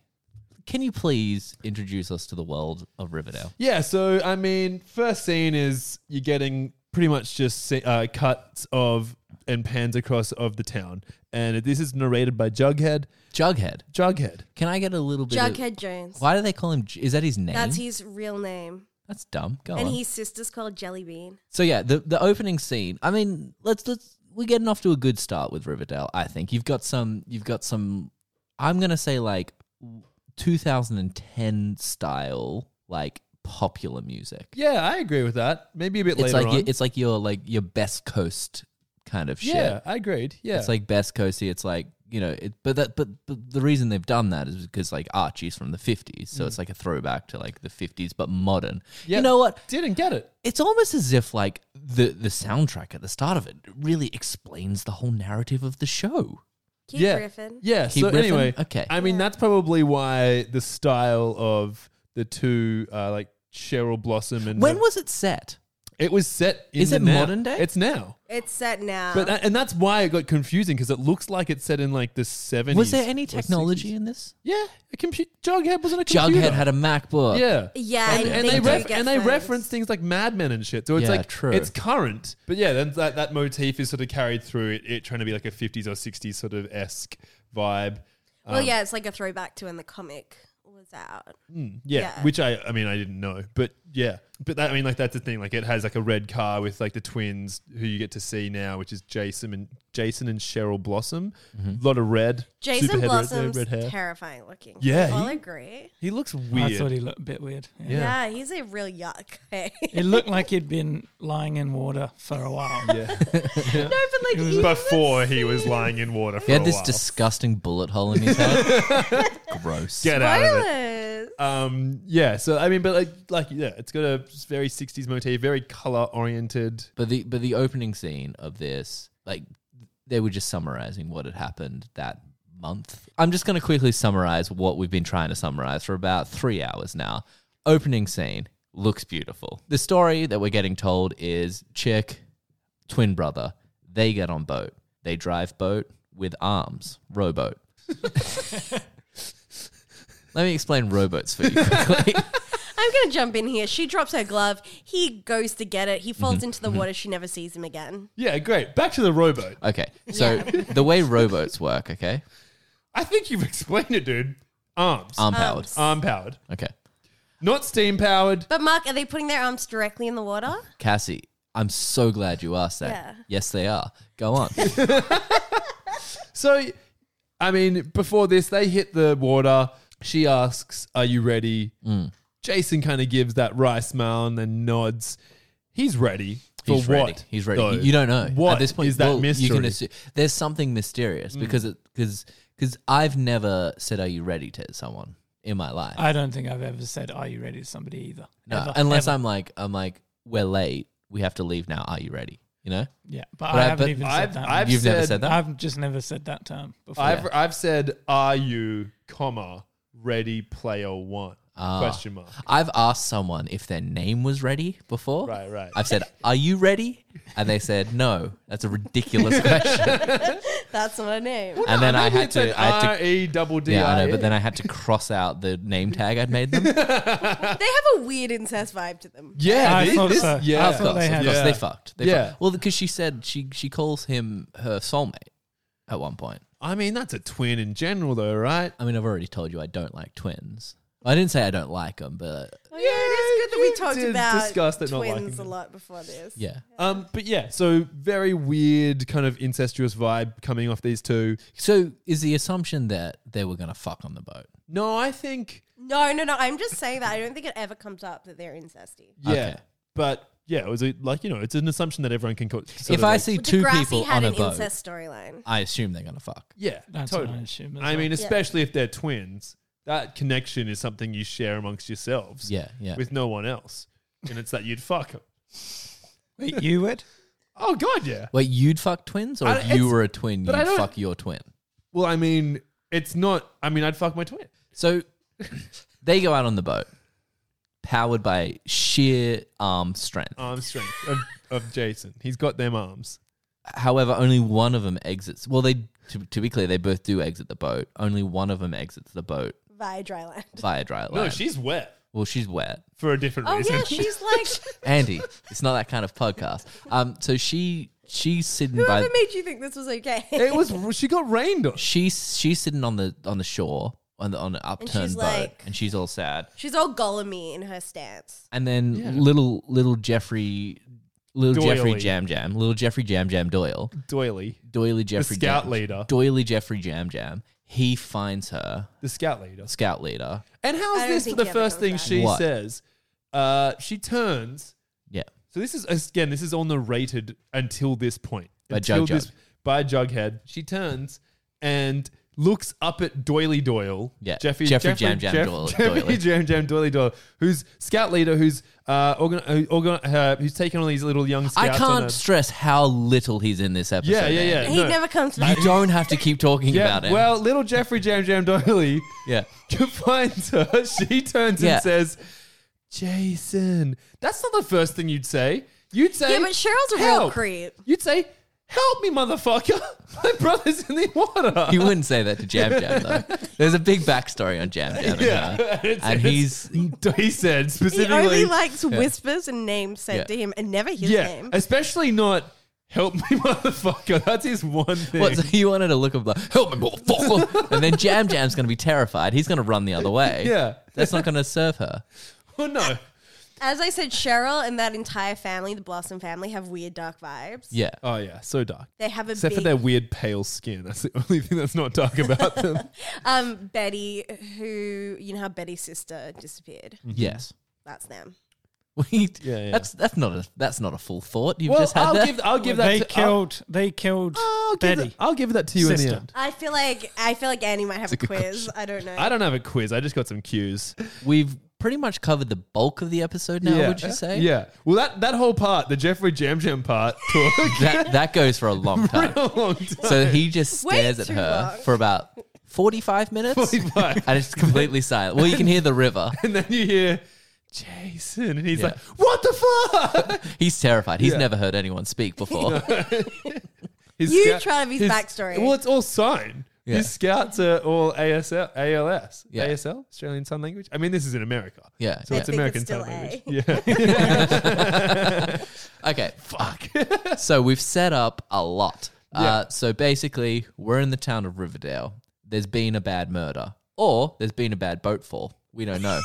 can you please introduce us to the world of Riverdale?
Yeah, so I mean, first scene is you're getting pretty much just se- uh, cuts of and pans across of the town, and this is narrated by Jughead.
Jughead.
Jughead.
Can I get a little bit? of-
Jughead Jones.
why do they call him? J- Is that his name? Oh,
That's his real name.
That's dumb. Go
and
on.
his sister's called Jelly Bean.
So yeah, the the opening scene. I mean, let's let's we're getting off to a good start with Riverdale. I think you've got some you've got some. I'm gonna say like 2010 style like popular music.
Yeah, I agree with that. Maybe a bit
it's
later
like
on.
your- it's like your like your best coast kind of shit.
yeah, I agreed. Yeah,
It's like best coasty. It's like you know, it, but that but, but the reason they've done that is because like Archie's from the 50s, so it's like a throwback to like the 50s but modern.
Mm. Yeah.
You know what?
didn't get it.
it's almost as if like the the soundtrack at the start of it really explains the whole narrative of the show.
Keith
yeah,
Griffin.
yeah.
Keith
so
Griffin?
anyway,
Okay.
I mean, that's probably why the style of the two, uh, like Cheryl Blossom and
When was it set?
it was set? In
Is
the
it
now.
modern day? Uh-huh.
It's now.
It's set now.
But and that's why it got confusing because it looks like it's set in like the seventies.
Was there any technology in this?
Yeah, a compu- Jughead was on a computer.
Jughead had a MacBook.
yeah.
yeah,
And,
I
and
think
they
you
ref-
get
and they
phones.
reference things like Mad Men and shit. So it's
Yeah,
like
true.
it's current, but yeah, then that, that motif is sort of carried through it, it trying to be like a fifties or sixties sort of esque vibe. um,
Well, yeah, it's like a throwback to when the comic was out.
Mm, Yeah,
Yeah.
which I I mean I didn't know, but yeah, but that, I mean like that's the thing. Like it has like a red car with like the twins who you get to see now, which is Jason and Jason and Cheryl Blossom. A lot of red.
Jason
superhead red-
Blossom's
red hair.
terrifying looking.
Yeah,
I'll
he-
agree.
He looks
I thought
weird.
he looked a bit weird. Yeah.
Yeah. he's a real yuck. Hey.
It looked like he'd been lying in water for a while.
Yeah.
no, but like even the
Before he was
scene-
lying in water for
He had
a
this
while.
disgusting bullet hole in his head. Gross.
Get out of it.
Spoilers.
Um, yeah. So I mean, but like, like yeah, it's got a very '60s motif, very color oriented.
But the but the opening scene of this, like they were just summarizing what had happened that month. I'm just gonna quickly summarize what we've been trying to summarize for about three hours now. Opening scene looks beautiful. The story that we're getting told is chick, twin brother, they get on boat. They drive boat with arms, rowboat. Let me explain rowboats for you quickly.
I'm gonna jump in here. She drops her glove. He goes to get it. He falls
Mm-hmm.
into the water. She never sees him again.
Yeah, great. Back to the rowboat.
okay. So the way rowboats work, okay?
I think you've explained it, dude. Arms,
Arm powered.
Arms.
arm powered,
Okay.
not steam powered.
But Mark, are they putting their arms directly in the water?
Cassie, I'm so glad you asked that.
Yeah.
Yes, they are. Go on.
So, I mean, before this, they hit the water. She asks, "Are you ready?"
Mm.
Jason kind of gives that wry smile and then nods. He's ready for
He's
what?
ready. He's ready.
though?
You- You don't know
What
at this point.
is that
well,
mystery? Mm.
You can assume, there's something mysterious because it because because I've never said, "Are you ready?" to someone in my life.
I don't think I've ever said, "Are you ready?" to somebody either.
no,
Ever,
unless
ever.
I'm like I'm like we're late. We have to leave now. Are you ready? You know.
Yeah, but,
But I-
I haven't
but
even
I've,
said that.
I've
You've
said,
never said that.
I've just never said that term before.
I've I've said, "Are you, comma, ready player one?"
Ah.
question mark.
I've asked someone if their name was ready before.
Right, right.
I've said, "Are you ready?" And they said, "No." That's a ridiculous question.
That's not a name.
And then I
Maybe
had
it's an
to, I had to,
R E double D.
yeah, I
I
know. But then I had to cross out the name tag I'd made them.
They have a weird incest vibe to them.
yeah,
I
this-
thought
this-
so.
yeah,
I thought they
of
had.
course,
Yeah.
they fucked. They
Yeah.
fucked. Well, because she said she she calls him her soulmate at one point.
I mean that's a twin in general, though, right?
I mean, I've already told you I don't like twins. I didn't say I don't like them, but
Oh, yeah, it is good that
you
we talked
did
about
discuss that not liking
twins a
them.
lot before this.
yeah.
Um, but yeah, so very weird kind of incestuous vibe coming off these two.
So is the assumption that they were gonna fuck on the boat?
No, I think
No, no, no. I'm just saying that. I don't think it ever comes up that they're incesty.
yeah,
Okay.
but yeah, it was a, like you know, it's an assumption that everyone can. Co- sort
if
of
I
like-
see
But
two
Degrassi
people
had
on a
an
boat,
incest storyline.
I assume they're gonna fuck.
yeah,
That's what
totally.
I assume. as
I
well.
mean, especially if they're twins, that connection is something you share amongst yourselves.
Yeah, yeah.
with no one else, and it's that you'd fuck 'em.
Wait, you would.
Oh God, yeah.
Wait, you'd fuck twins, or
I-
if you
it's-
were a twin,
but I
you'd
don't-
fuck your twin.
Well, I mean, it's not. I mean, I'd fuck my twin.
So they go out on the boat. powered by sheer arm strength.
Arm strength of, of Jason. He's got them arms.
However, only one of them exits. Well, they to, to be clear, they both do exit the boat. Only one of them exits the boat
via dry land.
via dry land.
No, she's wet
well, she's wet.
for a different
Oh
reason.
yeah, she's like.
Andy, it's not that kind of podcast. Um, so she she's sitting by.
Whoever made you think this was okay?
it was. She got rained on.
she's she's sitting on the on the shore on the on the upturned boat,
like-
and she's all sad.
She's all golemy in her stance.
And then little little Jeffrey, little Jeffrey
Doily.
Jam Jam, little Jeffrey Jam Jam Doyle,
Doily,
Doily Jeffrey
scout
Jam,
leader.
Doily Jeffrey Jam Jam. He finds her,
the scout leader.
scout leader.
And
I
how is
don't
this
think
the
he ever
first
goes
thing
back.
she
What?
says? Uh, she turns.
Yeah,
So this is again, this is on the rated until this point.
By
until
Jughead.
by Jughead. She turns and looks up at Doily Doyle.
Yeah, Jeffrey Jam Jam Doyle-
Jeffrey
Doyle.
Jam Jam Doily Doyle, who's scout leader, who's uh, organ, who- organ, uh, who's taking all these little young
I
scouts. on a-
can't stress how little he's in this episode.
Yeah, yeah, yeah.
Andy.
He
No.
never comes
You
back.
don't have to keep talking
yeah,
about it.
well, little Jeffrey Jam Jam Doily
yeah.
finds her. She turns
Yeah.
and says, "Jason." That's not the first thing you'd say. You'd say,
Yeah, but Cheryl's a real
"Help."
creep.
You'd say, "Help me, motherfucker! My brother's in the water."
You wouldn't say that to Jam Jam though. There's a big backstory on Jam Jam. and her.
It's-
And
it's- he said
He
specifically,
only likes whispers and names sent
Yeah.
to him, and never his
yeah,
name.
especially not "Help me, motherfucker." That's his one thing.
What, so you wanted to look up like, help me, motherfucker. and then Jam Jam's going to be terrified. He's going to run the other way.
Yeah.
That's not going to serve her.
Oh no,
As I said, Cheryl and that entire family, the Blossom family, have weird dark vibes.
Yeah.
oh yeah, so dark.
They have a
Except
big
for their weird pale skin. That's the only thing that's not dark about them.
um Betty, who you know how Betty's sister disappeared.
Yes.
That's them.
We,
Mm-hmm. Yeah, yeah.
That's that's not a that's not a full thought you've
well,
just had
I'll
there.
give, I'll give that.
they
to, I'll-
killed. they killed
I'll give,
Betty.
that, I'll give that to you in
Sister.
the end.
I feel like I feel like Annie might have a,
good
quiz. I don't know.
I don't have a quiz. I just got some cues.
We've pretty much covered the bulk of the episode now. Would you say?
Yeah. Well, that, that whole part, the Jeffrey Jam Jam part, took
That that goes for a long time.
a long time.
So he just
Way
stares at
too
her
long.
for about forty five minutes,
45.
and it's completely silent. Well, you can hear the river.
and then you hear Jason, and he's
Yeah.
like, "What the fuck?"
He's terrified. He's
Yeah.
never heard anyone speak before.
His
You
scout-
try his backstory.
Well, it's all sign.
Yeah.
His scouts are all ASL, ALS,
Yeah.
ASL, Australian Sign Language. I mean, this is in America,
Yeah.
so
yeah.
it's
think
American
it's still
Sign Language.
A.
Yeah,
Okay. Fuck. so we've set up a lot. Uh,
Yeah.
so basically, we're in the town of Riverdale. There's been a bad murder, or there's been a bad boat fall. We don't know.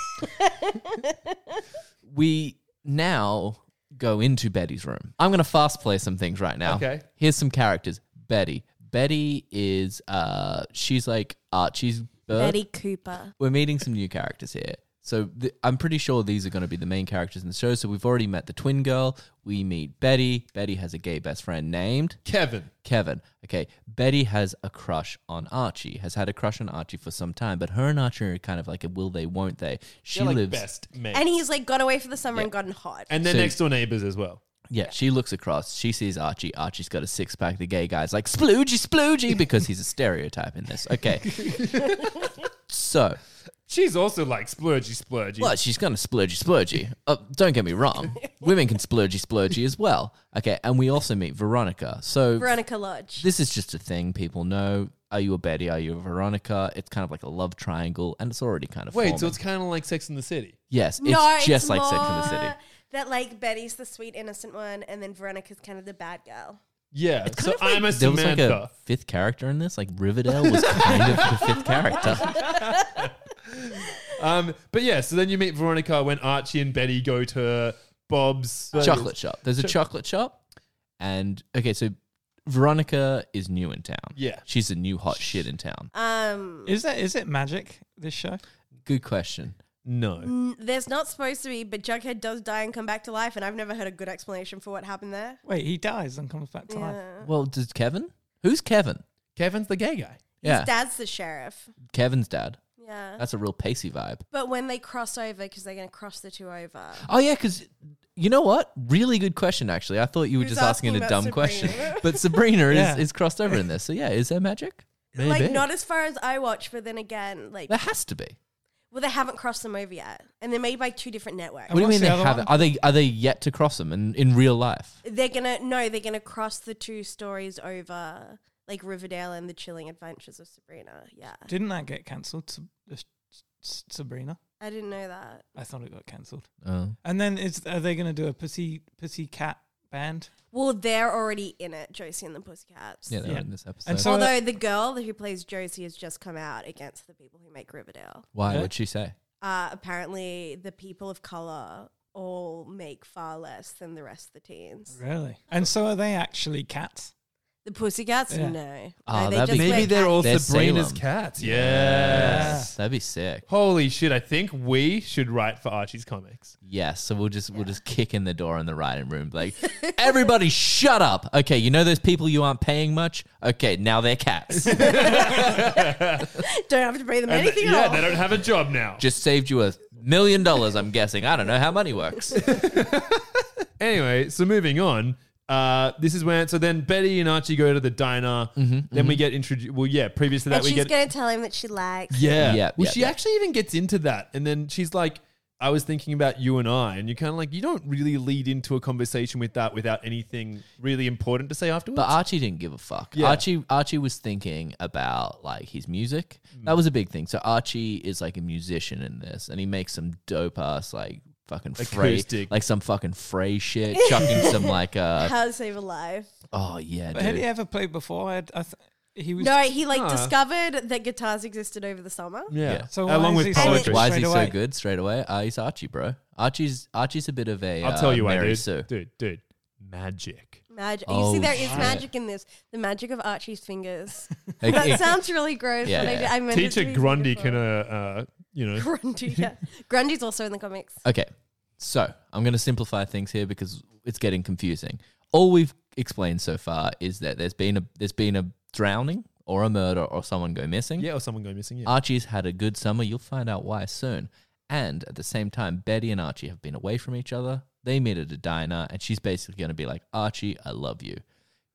we now go into Betty's room. I'm going to fast play some things right now.
Okay.
Here's some characters. Betty. Betty is, uh, she's like Archie's bird
Betty Cooper.
we're meeting some new characters here. So th- I'm pretty sure these are going to be the main characters in the show. So we've already met the twin girl. We meet Betty. Betty has a gay best friend named
Kevin.
Kevin. Okay. Betty has a crush on Archie. Has had a crush on Archie for some time, but her and Archie are kind of like a will they, won't they. She
They're like
lives.
best mate,
And he's like gone away for the summer and gotten hot.
and they're
So-
next door neighbors as well.
Yeah, she looks across. She sees Archie. Archie's got a six pack. The gay guy's like, sploogey, sploogey, because he's a stereotype in this. Okay. so
She's also like splurgy, splurgy.
Well, she's going to splurgy splurgy. Uh, don't get me wrong. Women can splurgy splurgy as well. Okay, and we also meet Veronica. So
Veronica Lodge.
this is just a thing people know. Are you a Betty? Are you a Veronica? It's kind of like a love triangle, and it's already kind of
Wait,
forming.
so it's kind of like Sex in the City.
yes, it's just like Sex in the City.
more That like Betty's the sweet innocent one, and then Veronica's kind of the bad girl.
Yeah. so
Kind of like-
I'm a
there was
Samantha.
like a fifth character in this. Like Riverdale was kind of the fifth character.
Um, but yeah, so then you meet Veronica when Archie and Betty go to Bob's
chocolate shop. There's a chocolate shop, and okay, so Veronica is new in town.
Yeah.
she's a new hot shit in town.
Um,
Is that is it magic? This show?
Good question.
No,
n- there's not supposed to be, but Jughead does die and come back to life, and I've never heard a good explanation for what happened there.
Wait, he dies and comes back to life.
Yeah.
Well, does Kevin? Who's Kevin?
Kevin's the gay guy.
Yeah, Uh,
His dad's the sheriff.
Kevin's dad.
Yeah.
That's a real pacey vibe.
But when they cross over, because they're going to cross the two over.
Oh yeah, because you know what? Really good question. Actually, I thought you were
Who's
just asking,
asking
a dumb
about
question,
Sabrina?
but Sabrina
Yeah.
is, is crossed over in this. So yeah, is there magic?
Like, not as far as I watch, but then again, like,
There has to be.
Well, they haven't crossed them over yet, and they're made by two different networks.
What do you
what's
mean
the
they
other
haven't?
one?
Are they are they yet to cross them in, in real life?
They're gonna no, they're gonna cross the two stories over, like Riverdale and the Chilling Adventures of Sabrina. Yeah,
Didn't that get cancelled? Sab- S- S- Sabrina?
I didn't know that.
I thought it got cancelled.
Oh.
And then is are they going to do a pussy pussy cat band?
Well, they're already in it, Josie and the Pussycats.
yeah, they're
Yeah.
in this episode.
And so-
Although the girl who plays Josie has just come out against the people who make Riverdale.
Why
Yeah.
would she say?
Uh, apparently, the people of color all make far less than the rest of the teens.
Really? And so are they actually cats?
The Pussycats?
Yeah.
No.
Ah,
no
that'd be
wear
Maybe
Wait,
they're all
They're
Sabrina's
Salem.
cats. Yes.
That'd be sick.
Holy shit! I think we should write for Archie's comics.
Yes, so we'll just we'll just kick in the door in the writing room, like everybody, shut up. Okay, you know those people you aren't paying much. Okay, now they're cats.
Don't have to pay them
And
anything
th- yeah,
else.
they don't have a job now.
just saved you a million dollars. I'm guessing. I don't know how money works.
Anyway, so moving on. Uh, this is when so then Betty and Archie go to the diner. then we get introduced. Well, yeah, previous to that
and
we
she's
get
going to tell him that she likes.
yeah.
Yeah,
Well,
yeah,
she
yeah.
actually even gets into that, and then she's like, "I was thinking about you and I," and you're kind of like, you don't really lead into a conversation with that without anything really important to say afterwards.
But Archie didn't give a fuck.
Yeah.
Archie Archie was thinking about like his music.
Mm.
That was a big thing. So Archie is like a musician in this, and he makes some dope ass like fucking fray,
Acoustic.
like some fucking fray shit, chucking some like uh
How to save a life.
oh yeah,
But had he
dude.
ever played before? I, I th- he was.
No, he like
Huh.
discovered that guitars existed over the summer.
yeah.
Yeah.
So why
along
is
with
he so
poetry.
good?
Why is he so
Straight away.
good straight away? Uh, he's Archie, bro. Archie's Archie's a bit of a.
I'll tell
uh,
you why,
Mary
dude.
Sue.
Dude, dude, magic.
Magic.
Oh,
you see, there is
shit.
magic in this. The magic of Archie's fingers.
Like,
that
it-
sounds really gross.
Yeah,
but I
yeah.
did- I, meant it
Teacher
to be
Grundy
beautiful.
can, uh, uh, you know,
Grundy, yeah. Grundy's also in the comics.
Okay. So I'm going to simplify things here because it's getting confusing. All we've explained so far is that there's been a there's been a drowning or a murder or someone go missing.
yeah, or someone go missing. Yeah.
Archie's had a good summer. You'll find out why soon. And at the same time, Betty and Archie have been away from each other. They meet at a diner, and she's basically going to be like, Archie, I love you.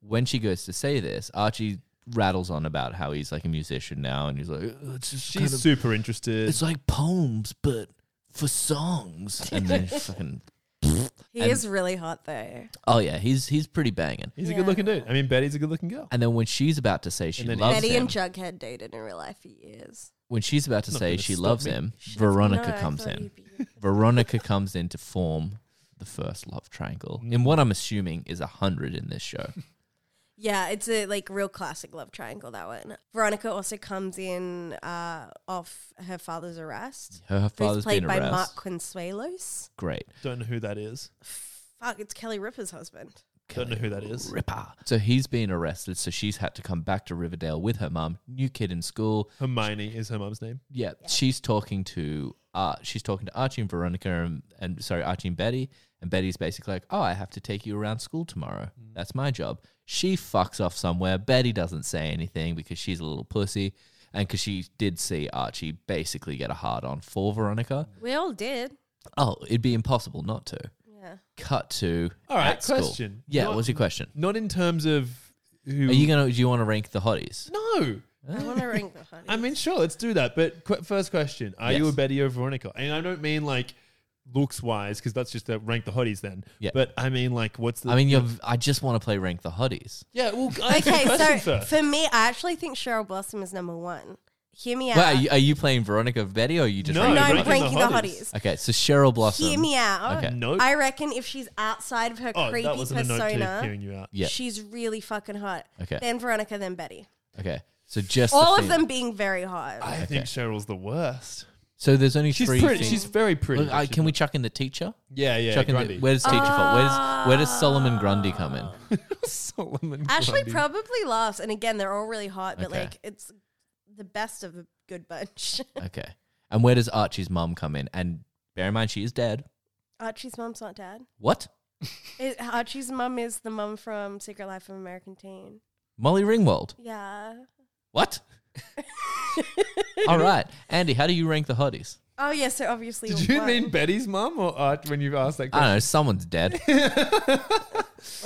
When she goes to say this, Archie rattles on about how he's like a musician now, and he's like, "Uh, it's just
She's
kind of-
super interested.
it's like poems, but for songs. And then fucking
He
And-
is really hot though.
Oh yeah, he's he's pretty banging.
He's a
Yeah.
good looking dude. I mean, Betty's a good looking girl.
And then when she's about to say she
And then
loves
Betty
him,
and Jughead dated in real life for years.
when she's about to
Not
say
gonna
she
stop
loves
me.
him,
She doesn't
Veronica
know, I
comes
thought
in.
you'd be-
Veronica comes in to form the first love triangle in what I'm assuming is a hundred in this show.
Yeah, it's a like real classic love triangle that one. Veronica also comes in uh, off her father's arrest.
Her
Who's
father's
played
been
by
arrested.
Mark Consuelos.
Great.
Don't know who that is.
Fuck, it's Kelly Ripa's husband.
Don't know who that is.
Ripper. So he's been arrested. So she's had to come back to Riverdale with her mum. New kid in school.
Hermione is her mom's name.
yeah, she's talking to uh, she's talking to Archie and Veronica and, and sorry Archie and Betty and Betty's basically like, oh, I have to take you around school tomorrow.
Mm.
That's my job. She fucks off somewhere. Betty doesn't say anything because she's a little pussy and because she did see Archie basically get a hard on for Veronica.
We all did.
Oh, it'd be impossible not to.
Yeah.
Cut to
All right,
at school.
question.
Yeah,
What-
what was your question?
Not in terms of who.
Are you gonna? Do you want to rank the hotties?
no.
I want to ring the honey.
I mean, sure, let's do that. But qu- first question: Are you a
Yes.
Betty or Veronica? And I don't mean like looks wise, because that's just the rank the hotties then.
Yeah.
But I mean like what's the?
I mean, you're. I just want to play rank the hotties.
yeah. Well, I
okay, so
first.
for me, I actually think Cheryl Blossom is number one. Hear me out.
Well, are you, are you playing Veronica Betty or are you just
No,
no,
ranking the
I'm
hotties?
Ranking the
ranking the
Hotties.
hotties.
Uh,
Okay, so Cheryl Blossom.
Hear me out.
Okay.
Nope.
I reckon if she's outside of her
oh,
creepy
that wasn't a note to
persona,
hearing you out.
Yeah.
she's really fucking hot.
Okay.
Then Veronica, then Betty.
Okay. So just the
All of
fem-
them being very hot.
I think Cheryl's the worst.
So there's only
She's
three.
pretty.
things.
She's very pretty.
Look, I- can we chuck in the teacher?
Yeah, yeah.
chuck in the,
Grundy.
where does teacher fall? Where does where does Solomon Grundy come in?
Ah.
Solomon
Ashley
Grundy.
probably laughs, and again, they're all really hot, but
Okay.
like it's the best of a good bunch.
Okay. And where does Archie's mum come in? And bear in mind she is dead.
Archie's mom's not dad.
What?
It, Archie's mom is the mom from Secret Life of American Teen.
Molly Ringwald.
Yeah.
What? All right, Andy. How do you rank the hotties?
Oh yeah, so obviously.
Did you
one.
mean Betty's mum or Art when you asked that
I don't
question?
know. Someone's dead.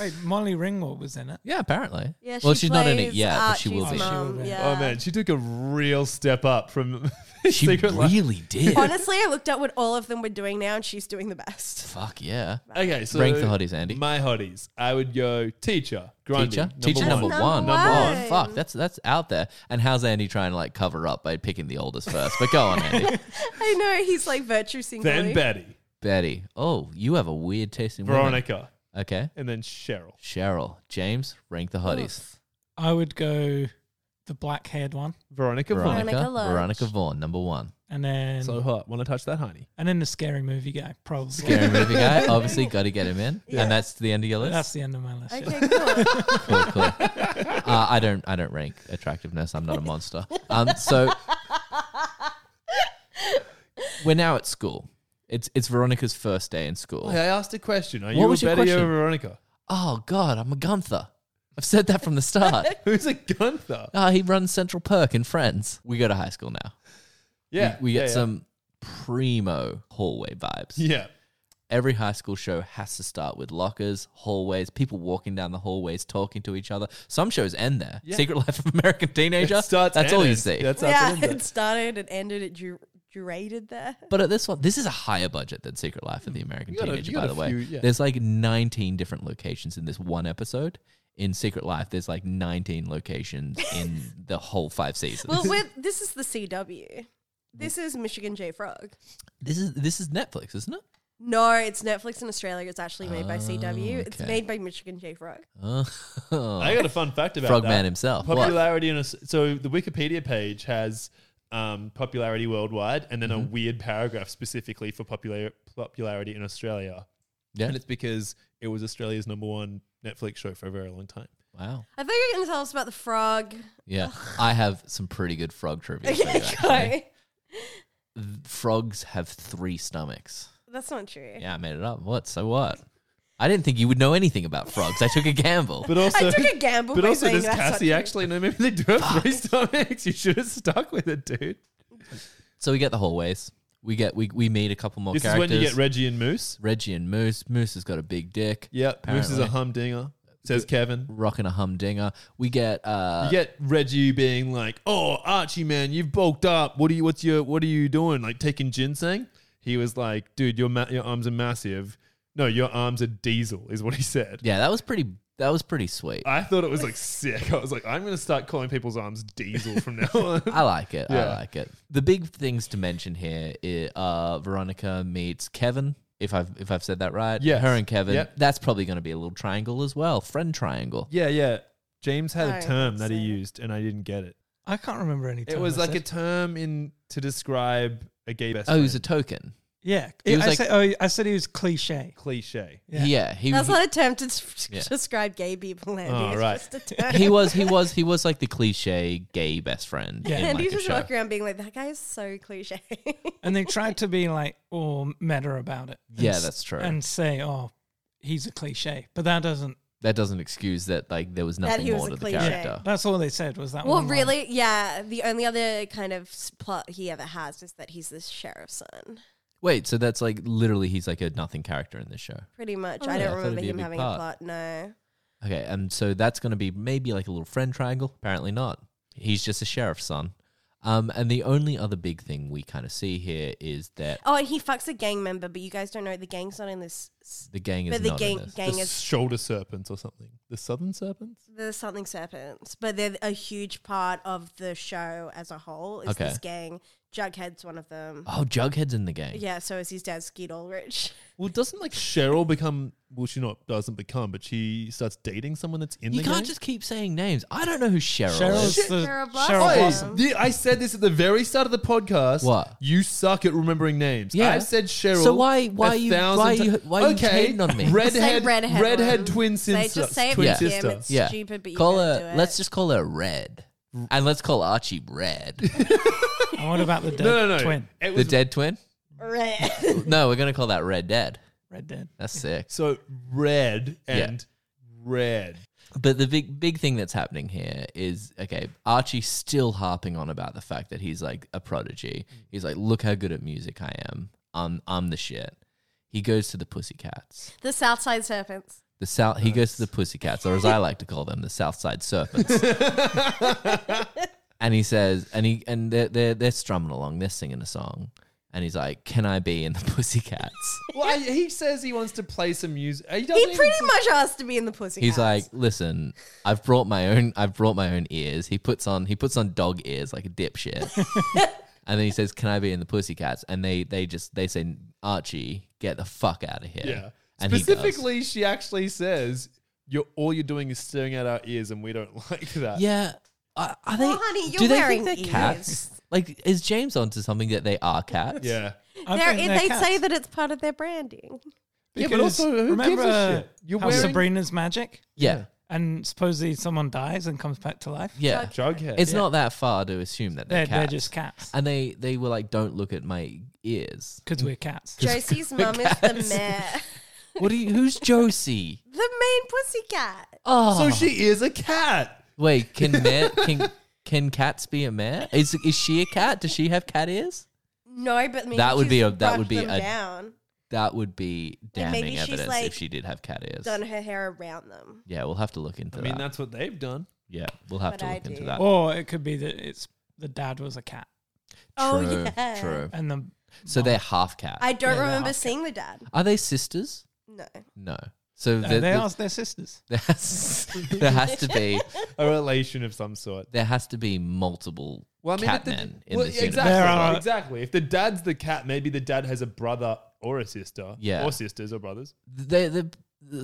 Wait, Molly Ringwald was in it.
yeah, apparently.
Yeah,
well,
she
she's not in it
plays
yet, but she will
Archie's
be.
mum.
mom,
She-
yeah.
Oh man, she took a real step up from
She
Secret Life.
really did.
Honestly, I looked up what all of them were doing now, and she's doing the best.
Fuck yeah.
Okay, so
Rank the hotties, Andy.
My hotties. I would go teacher, Grundy,
Teacher, teacher number,
That's
one.
number
oh
one.
fuck, that's that's out there. And how's Andy trying to like cover up by picking the oldest first? But go on, Andy.
I know he's like virtue
then
signaling.
Betty,
Betty, oh, you have a weird taste in women.
Veronica,
Okay,
and then Cheryl.
Cheryl, James, rank
Oh.
the hotties.
I would go the black haired one,
Veronica, Vaughn.
Veronica,
Veronica
Veronica,
Lodge.
Vaughn, number one.
and then
So hot. Want to touch that honey?
and then the scary movie guy, probably.
Scary movie guy, obviously, got to get him in,
Yeah.
and that's the end of your list.
That's the end of my list. yeah.
Okay, cool.
cool, cool. Uh, I don't, I don't rank attractiveness. I'm not a monster. Um, so we're now at school. It's it's Veronica's first day in school.
I asked a question. Are
What
you a
was your
Betty or
question?
a Veronica?
Oh God, I'm a Gunther. I've said that from the start.
Who's a Gunther?
Ah, he runs Central Perk and Friends. We go to high school now.
Yeah,
we, we get
yeah,
some primo hallway vibes.
Yeah.
Every high school show has to start with lockers, hallways, people walking down the hallways, talking to each other. Some shows end there.
Yeah.
Secret Life of American
It
Teenager.
starts
that's all
and
you
ends.
see.
That starts
yeah,
and ends.
it started and ended. It du- durated there.
But at this one, this is a higher budget than Secret Life of the American
You got a-
Teenager,
you got
by
a
the way.
few, yeah.
There's like 19 different locations in this one episode. In Secret Life, there's like 19 locations in the whole five seasons.
Well, with this is the CW. This is Michigan J Frog.
this is this is Netflix, isn't it?
No, it's Netflix in Australia. It's actually made by CW. It's
Oh, okay.
made by Michigan J Frog.
Oh.
I got a fun fact about
Frogman
that.
himself. What?
Popularity in a, so the Wikipedia page has um, popularity worldwide, and then a weird paragraph specifically for popular popularity in Australia.
Yeah.
and it's because it was Australia's number one Netflix show for a very long time.
Wow.
I thought you were going to tell us about the frog.
Yeah. I have some pretty good frog trivia. for you,
Okay,
actually.
okay.
Frogs have three stomachs.
That's not true.
Yeah, I made it up. What? So what? I didn't think you would know anything about frogs. I took a gamble.
But also,
I took a gamble.
but
by
also,
saying
does
that's not
Cassie
true.
actually know? Maybe they do have three stomachs. You should have stuck with it, dude.
so we get the hallways. We get we, we meet a couple more
This is
characters.
when you get Reggie and Moose.
Reggie and Moose. Moose has got a big dick.
Yep, Moose is a
Apparently.
humdinger. Says Kevin.
Rocking a humdinger. We get uh
You get Reggie being like, "Oh, Archie, man, you've bulked up. What are you? What's your? What are you doing? Like taking ginseng?" He was like, "Dude, your ma- your arms are massive. No, your arms are diesel," is what he said.
yeah, that was pretty that was pretty sweet.
I thought it was like sick. I was like, "I'm gonna start calling people's arms diesel from now on."
I like it.
Yeah.
I like it. The big things to mention here is uh, Veronica meets Kevin. If I've if I've said that right,
Yes.
her and Kevin.
Yep.
That's probably going to be a little triangle as well, friend triangle.
yeah, yeah. James had
Sorry,
a term
that's
that he
it.
used, and I didn't get it.
I can't remember any.
It was like a
it.
term in to describe a gay best
Oh,
friend.
he's a token.
yeah.
He was
I,
like-
said, oh, I said he was cliche.
cliche.
Yeah,
Yeah.
he,
That's
he,
not a term to s-
Yeah.
describe gay people, Andy.
Oh,
it's
right.
just a term.
he was he was he was like the cliche gay best friend.
Yeah.
in,
and
like,
he's
a
just
show.
walking around being like, that guy is so cliche.
And they tried to be like all meta about it. and
Yeah,
s-
that's true.
And say, oh, he's a cliche, but that doesn't.
That doesn't excuse that like there was
That
nothing
he was
more
a
to the
cliche.
character.
That's all they said was that.
well,
one line.
really, yeah. The only other kind of s- plot he ever has is that he's this sheriff's son.
Wait, so that's like literally he's like a nothing character in this show.
Pretty much.
Oh,
I
really? I
don't
thought
remember
it'd be a
him
big
having
part.
a plot. No.
Okay, and so that's going to be maybe like a little friend triangle. Apparently not. He's just a sheriff's son. Um, and the only other big thing we kind of see here is that
Oh, and he fucks a gang member, but you guys don't know the gang's not in this. s-
the gang is
But the
not in
gang,
this.
gang
the
is
shoulder serpents or something. The southern serpents.
the something serpents, but they're a huge part of the show as a whole. Is
Okay.
this gang? Jughead's one of them.
oh, Jughead's in the gang.
Yeah, so is his dad Skeet Ulrich.
Well, doesn't like Cheryl become? Well, she not doesn't become, but she starts dating someone that's in
You
the
can't
game?
just keep saying names. I don't know who Cheryl
Cheryl's
is.
Shit,
the
Cheryl
Cheryl
Blossom. Oh,
Guys,
Blossom.
Blossom.
the- I said this at the very start of the podcast.
What?
you suck at remembering names.
Yeah.
I said Cheryl.
So why- why
a
you-
thousand
why you-
ti-
why you
okay.
hating on me? Say
Redhead,
redhead
redhead,
one.
twin
Say- just
sister.
say it
twin
with him,
sister.
it's-
Yeah,
stupid, but you
call
gotta
her.
do it.
Let's just call her Red, and let's call Archie Red,
And what about the dead
No, no, no.
twin?
It
the
was,
dead twin.
Right.
No, we're gonna call that Red Dead.
Red Dead.
That's sick.
so red
Yeah.
and red.
But the big big thing that's happening here is okay, Archie's still harping on about the fact that he's like a prodigy. He's like, look how good at music I am. I'm I'm the shit. He goes to the Pussycats.
The Southside Serpents.
The South he goes to the Pussycats, or as I like to call them, the Southside Serpents. and he says, and he and they're they're they're strumming along, they're singing a song. And he's like, Can I be in the Pussycats?
Well, I- he says he wants to play some music. He, doesn't
He
even
pretty
say-
much asked to be in the Pussycats.
He's like, listen, I've brought my own. I've brought my own ears. He puts on. He puts on dog ears like a dipshit. and then he says, "Can I be in the Pussycats?" And they they just they say, Archie, get the fuck out of here.
Yeah.
And he does.
Specifically, she actually says, "You're all you're doing is staring at our ears, and we don't like that."
yeah. Are, are they?
Well, honey,
do
you're
they
wearing
think they're cats? Like, is James onto something that they are cats?
Yeah.
I
They're,
think
in-
they're
they say
cats.
that it's part of their branding.
Yeah,
Because
but also,
who
remember
gives a shit? You're
how
wearing-
Sabrina's magic,
Yeah.
and supposedly someone dies and comes back to life.
Yeah.
Jughead.
It's not that far to assume that
they're,
they're,
they're
cats.
just cats
And they they were like, don't look at my ears.
because we're cats.
Josie's mum is the mayor,
What do you? Who's Josie?
the main pussycat.
Oh,
So she is a cat.
Wait, can mare, can can cats be a mare? Is is she a cat? Does she have cat ears?
No, but maybe
That would
she's
be a- that
brought
would be
them
a-
down,
That would be
And maybe
damning
she's,
evidence
like,
if she did have cat ears.
done her hair around them.
Yeah, we'll have to look into
I mean,
that.
that's what they've done.
Yeah, we'll have
what
to
I
look into
do.
that.
Or it could be that it's the dad was a cat
Oh,
true,
yeah.
true.
and the uh,
So they're half cat.
I don't
Yeah, they're
remember
half
seeing the dad.
are they sisters?
No,
No. So
uh,
the-
they
the-
asked their sisters.
there, has, there has to be
A relation of some sort.
there has to be multiple
Well, I mean, if the-
catmen in
well,
this
exactly,
There
universe.
are-
exactly. If the dad's the cat, maybe the dad has a brother or a sister,
Yeah.
or sisters or brothers.
They, they,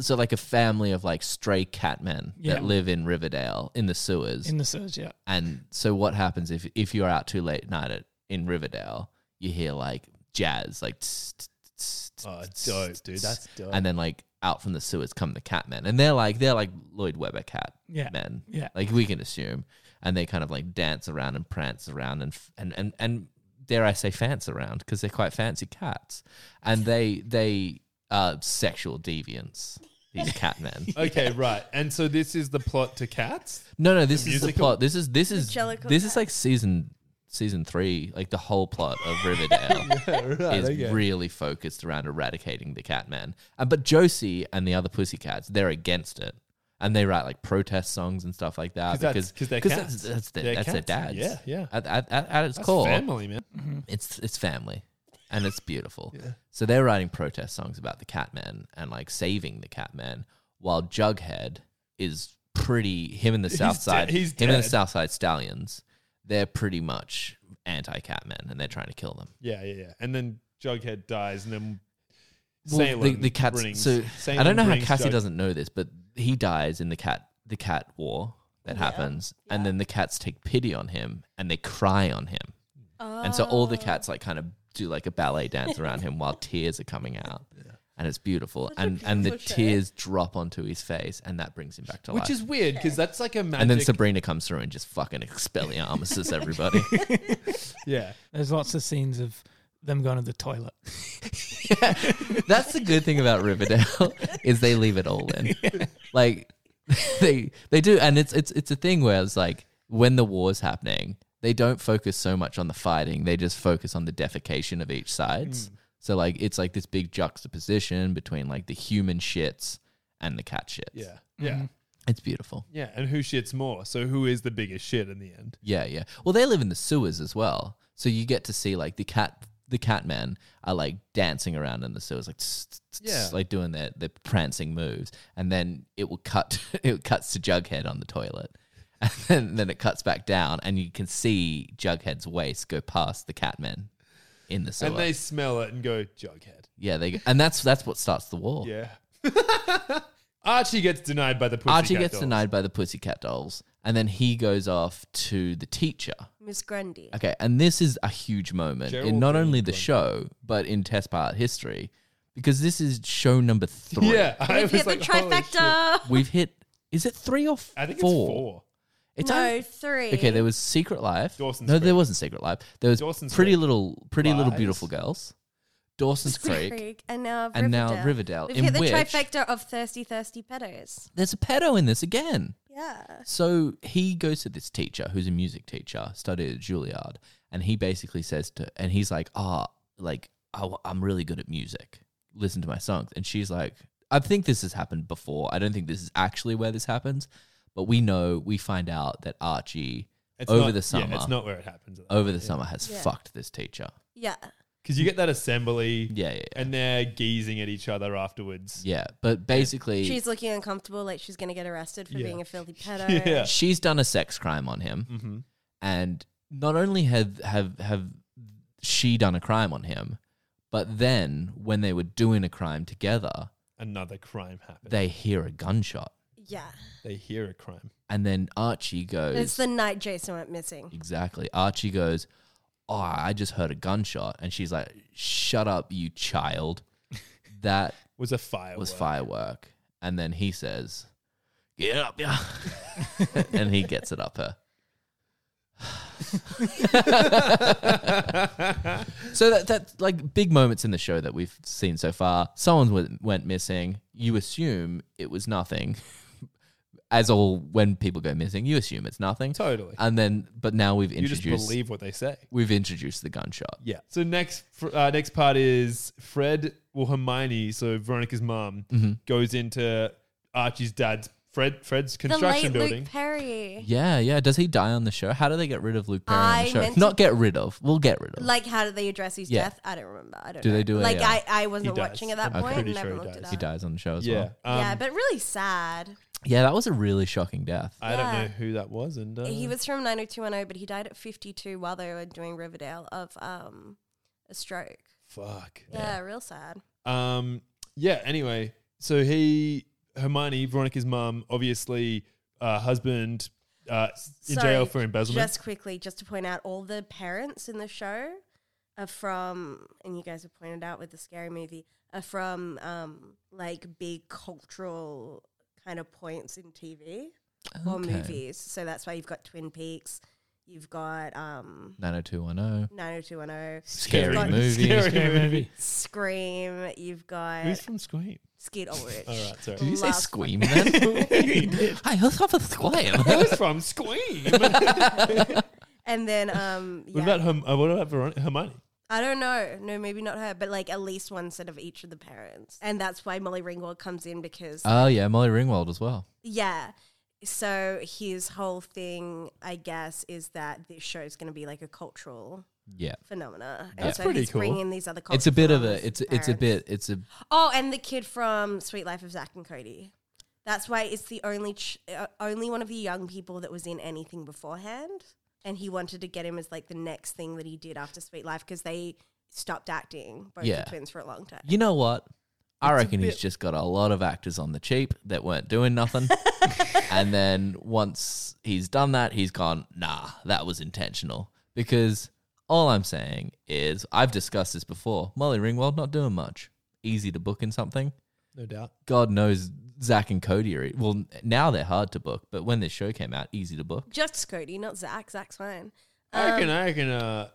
so like a family of like stray catmen
Yeah.
that live in Riverdale in the sewers.
in the surge. Yeah,
And so what happens if if you're out too late at night at, in Riverdale, you hear like jazz, like tss, tss, tss, tss,
Oh,
tss,
dope,
tss,
dude.
tss.
That's dope.
and then like out from the sewers come the catmen, and they're like they're like Lloyd Webber cat
Yeah.
men,
Yeah.
like we can assume, and they kind of like dance around and prance around and f- and and and dare I say fance around because they're quite fancy cats, and they they are sexual deviants. These catmen.
Okay, right. And so this is the plot to Cats.
No, no, this is the
musical?
plot. This is this is
Jellicle
this is
Cat.
like season season three. Like the whole plot of Riverdale is really focused around eradicating the Catman. Uh, but Josie and the other Pussycats, they're against it, and they write like protest songs and stuff like that
'Cause that's- 'cause
because
they're
that's,
cats.
that's their
They're
that's their
cats.
dads.
Yeah, yeah.
At, at, at, at its
That's
core,
family, man.
it's it's family and it's beautiful. So they're writing protest songs about the Catman and like saving the Catman, while Jughead is pretty him and the Southside
de- he's
him and the
dead.
Southside Stallions. They're pretty much anti-Catman and they're trying to kill them.
Yeah, yeah, yeah. And then Jughead dies, and then
Well,
Salem
the, the cats.
brings-
so I
Salem
don't know how
brings
Cassie
Jug-
doesn't know this, but he dies in the cat the cat war that happens, and then the cats take pity on him and they cry on him, and so all the cats like kind of do like a ballet dance around him while tears are coming out. And it's beautiful, and and the
beautiful show.
tears drop onto his face, and that brings him back to
Which
life.
is weird because that's like a magic.
and then Sabrina comes through and just fucking expelliarmuses everybody.
yeah,
there's lots of scenes of them going to the toilet.
That's the good thing about Riverdale is they leave it all in. Like they they do, and it's it's it's a thing where it's like when the war's happening, they don't focus so much on the fighting; they just focus on the defecation of each sides. So like it's like this big juxtaposition between like the human shits and the cat shits.
yeah, yeah,
Mm-hmm. it's beautiful.
yeah. And who shits more? So who is the biggest shit in the end?
Yeah, yeah. Well, they live in the sewers as well, so you get to see like the cat, the cat men are like dancing around in the sewers, like tss, tss, tss,
Yeah.
like doing their their prancing moves, and then it will cut, it cuts to Jughead on the toilet, and then, then it cuts back down, and you can see Jughead's waist go past the cat men in the sewer.
and they smell it and go Jughead.
yeah, they go, and that's that's what starts the war.
Yeah. Archie gets denied by the Pussycat
Archie gets
Dolls.
denied by the pussycat dolls, and then he goes off to the teacher.
Miss Grundy.
Okay, and this is a huge moment in not only the show but in Test Pilot history because this is show number three.
Yeah, I
We've
was
hit
like,
the
holy shit.
trifecta.
we've hit. Is it three or four?
I think it's four.
It's
No,
only-
three.
Okay, there was Secret Life.
Dawson's
no,
Creek.
there wasn't Secret Life. There was
Dawson's
Pretty
Creek.
Little, Pretty Little
Lies.
Beautiful Girls. Dawson's Creek.
and now
and now
Riverdale.
Riverdale,
We've
in
hit the
which-
trifecta of thirsty, thirsty pedos.
There's a pedo in this again.
Yeah.
So he goes to this teacher who's a music teacher, studied at Juilliard, and he basically says to, and he's like, ah, like, oh, I'm really good at music. Listen to my songs. And she's like, I think this has happened before. I don't think this is actually where this happens, but we know, we find out that Archie
It's
over
not-
the summer,
Yeah, it's not where it happens.
over the summer, has
Yeah.
fucked this teacher.
Yeah.
Because you get that assembly
Yeah, yeah, yeah.
and they're geezing at each other afterwards.
yeah. But basically,
She's looking uncomfortable, like she's going to get arrested for
Yeah.
being a filthy pedo.
Yeah.
she's done a sex crime on him.
Mm-hmm.
and not only had have have she done a crime on him, but then when they were doing a crime together,
Another crime happens. They,
they hear a gunshot,
Yeah.
hear a crime.
and then Archie goes
It's the night Jason went missing.
exactly. Archie goes, "Oh, I just heard a gunshot," and she's like, "Shut up, you child." That
Was a firework.
was firework, and then he says, "Get up, yeah," and he gets it up her. so that that like big moments in the show that we've seen so far. Someone w- went missing. You assume it was nothing, as all when people go missing, you assume it's nothing.
Totally.
And then, but now we've
you just
introduced
believe what they say.
we've introduced the gunshot.
Yeah. So next, fr- uh, next part is Fred. Well, Hermione, so Veronica's mom, goes into Archie's dad's Fred. Fred's
The late
construction building.
Luke Perry.
Yeah, yeah. Does he die on the show? How do they get rid of Luke Perry on
I
the show?
meant to-
Not get rid of. We'll get rid of.
Like, how did they address his
Yeah.
death? I don't remember. I don't
Do
know.
they do a,
Like,
uh,
I, I wasn't
He dies.
watching at that
I'm
point
pretty
and never
sure he
looked it
dies.
up.
he dies on the show as
yeah.
well.
Um,
yeah, but really sad.
Yeah, that was a really shocking death.
I don't
Yeah.
know who that was, and uh,
he was from 90210, but he died at 52 while they were doing Riverdale of um, a stroke.
fuck.
Yeah, real sad.
Um, yeah. Anyway, so he, Hermione, Veronica's mum, obviously, uh, husband uh, in
Sorry,
jail for embezzlement.
Just quickly, just to point out, all the parents in the show are from, and you guys have pointed out with the scary movie, are from um, like big cultural kind of points in TV or
Okay.
movies. So that's why you've got Twin Peaks, you've got um,
90210.
90210,
Scary
Got-
movie.
Scary movie.
Scream, you've got
Who's from Scream?
Skid Ulrich.
All right, sorry.
Did you say
Last
squeam then? I heard of a squeam.
Who's from Scream? what
And then, um, yeah.
about Herm- uh, what about Veron- Hermione?
I don't know. No, maybe not her, but like at least one set of each of the parents. And that's why Molly Ringwald comes in because,
Oh, yeah, Molly Ringwald as well.
yeah. So his whole thing, I guess, is that this show is going to be like a cultural
Yeah.
phenomena. and
That's
so
pretty
he's
cool.
bringing these other cultural
It's a bit of
phenomenas
a,
to
it's,
the
it's a
parents.
bit, it's a,
Oh, and the kid from Sweet Life of Zach and Cody. That's why it's the only ch- uh, only one of the young people that was in anything beforehand, and he wanted to get him as like the next thing that he did after Sweet Life because they stopped acting both
Yeah.
the twins for a long time.
you know what? I reckon he's
bit-
just got a lot of actors on the cheap that weren't doing nothing. and then once he's done that, he's gone, nah, that was intentional. Because all I'm saying is, I've discussed this before Molly Ringwald not doing much. Easy to book in something.
No doubt.
God knows Zach and Cody are e, well now they're hard to book, but when this show came out, easy to book.
Just Cody, not Zach. Zach's fine.
I reckon. I reckon. Uh,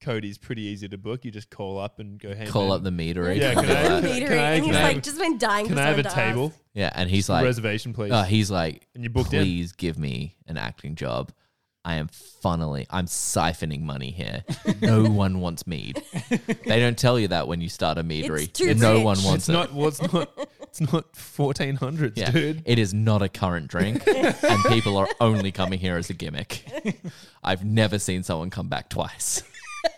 Cody's pretty easy to book. You just call up and go. Hey,
Call
man,
up the meatery.
Yeah, can I-
Metery.
can I-
and he's
can I
like,
have-
just been dying.
Can
for
I have a
someone to ask."
table?
Yeah, and he's like,
Reservation, please.
uh, he's like,
And you booked in.
please give me an acting job. I am funneling, I'm siphoning money here. No one wants mead. They don't tell you that when you start a meadery.
too
no
rich.
one
it's
wants it.
not. Well, it's not. It's not fourteen hundreds,
Yeah.
dude.
It is not a current drink, and people are only coming here as a gimmick. I've never seen someone come back twice.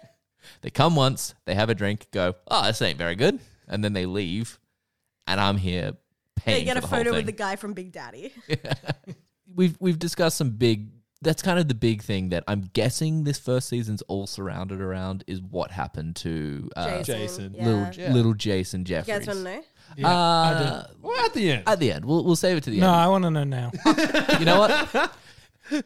they come once, they have a drink, go, oh, this ain't very good, and then they leave, and I'm here paying
They get
for
a
the
photo
whole
with
thing.
the guy from Big Daddy.
we've we've discussed some big. That's kind of the big thing that I'm guessing this first season's all surrounded around is what happened to uh,
Jason.
Yeah.
little
Yeah.
little Jason
you guys
Jeffries.
want to know?
Yeah,
Uh,
I do. Well, at the end,
At the end, we'll we'll save it to the
No,
end.
I want to know now.
You know what?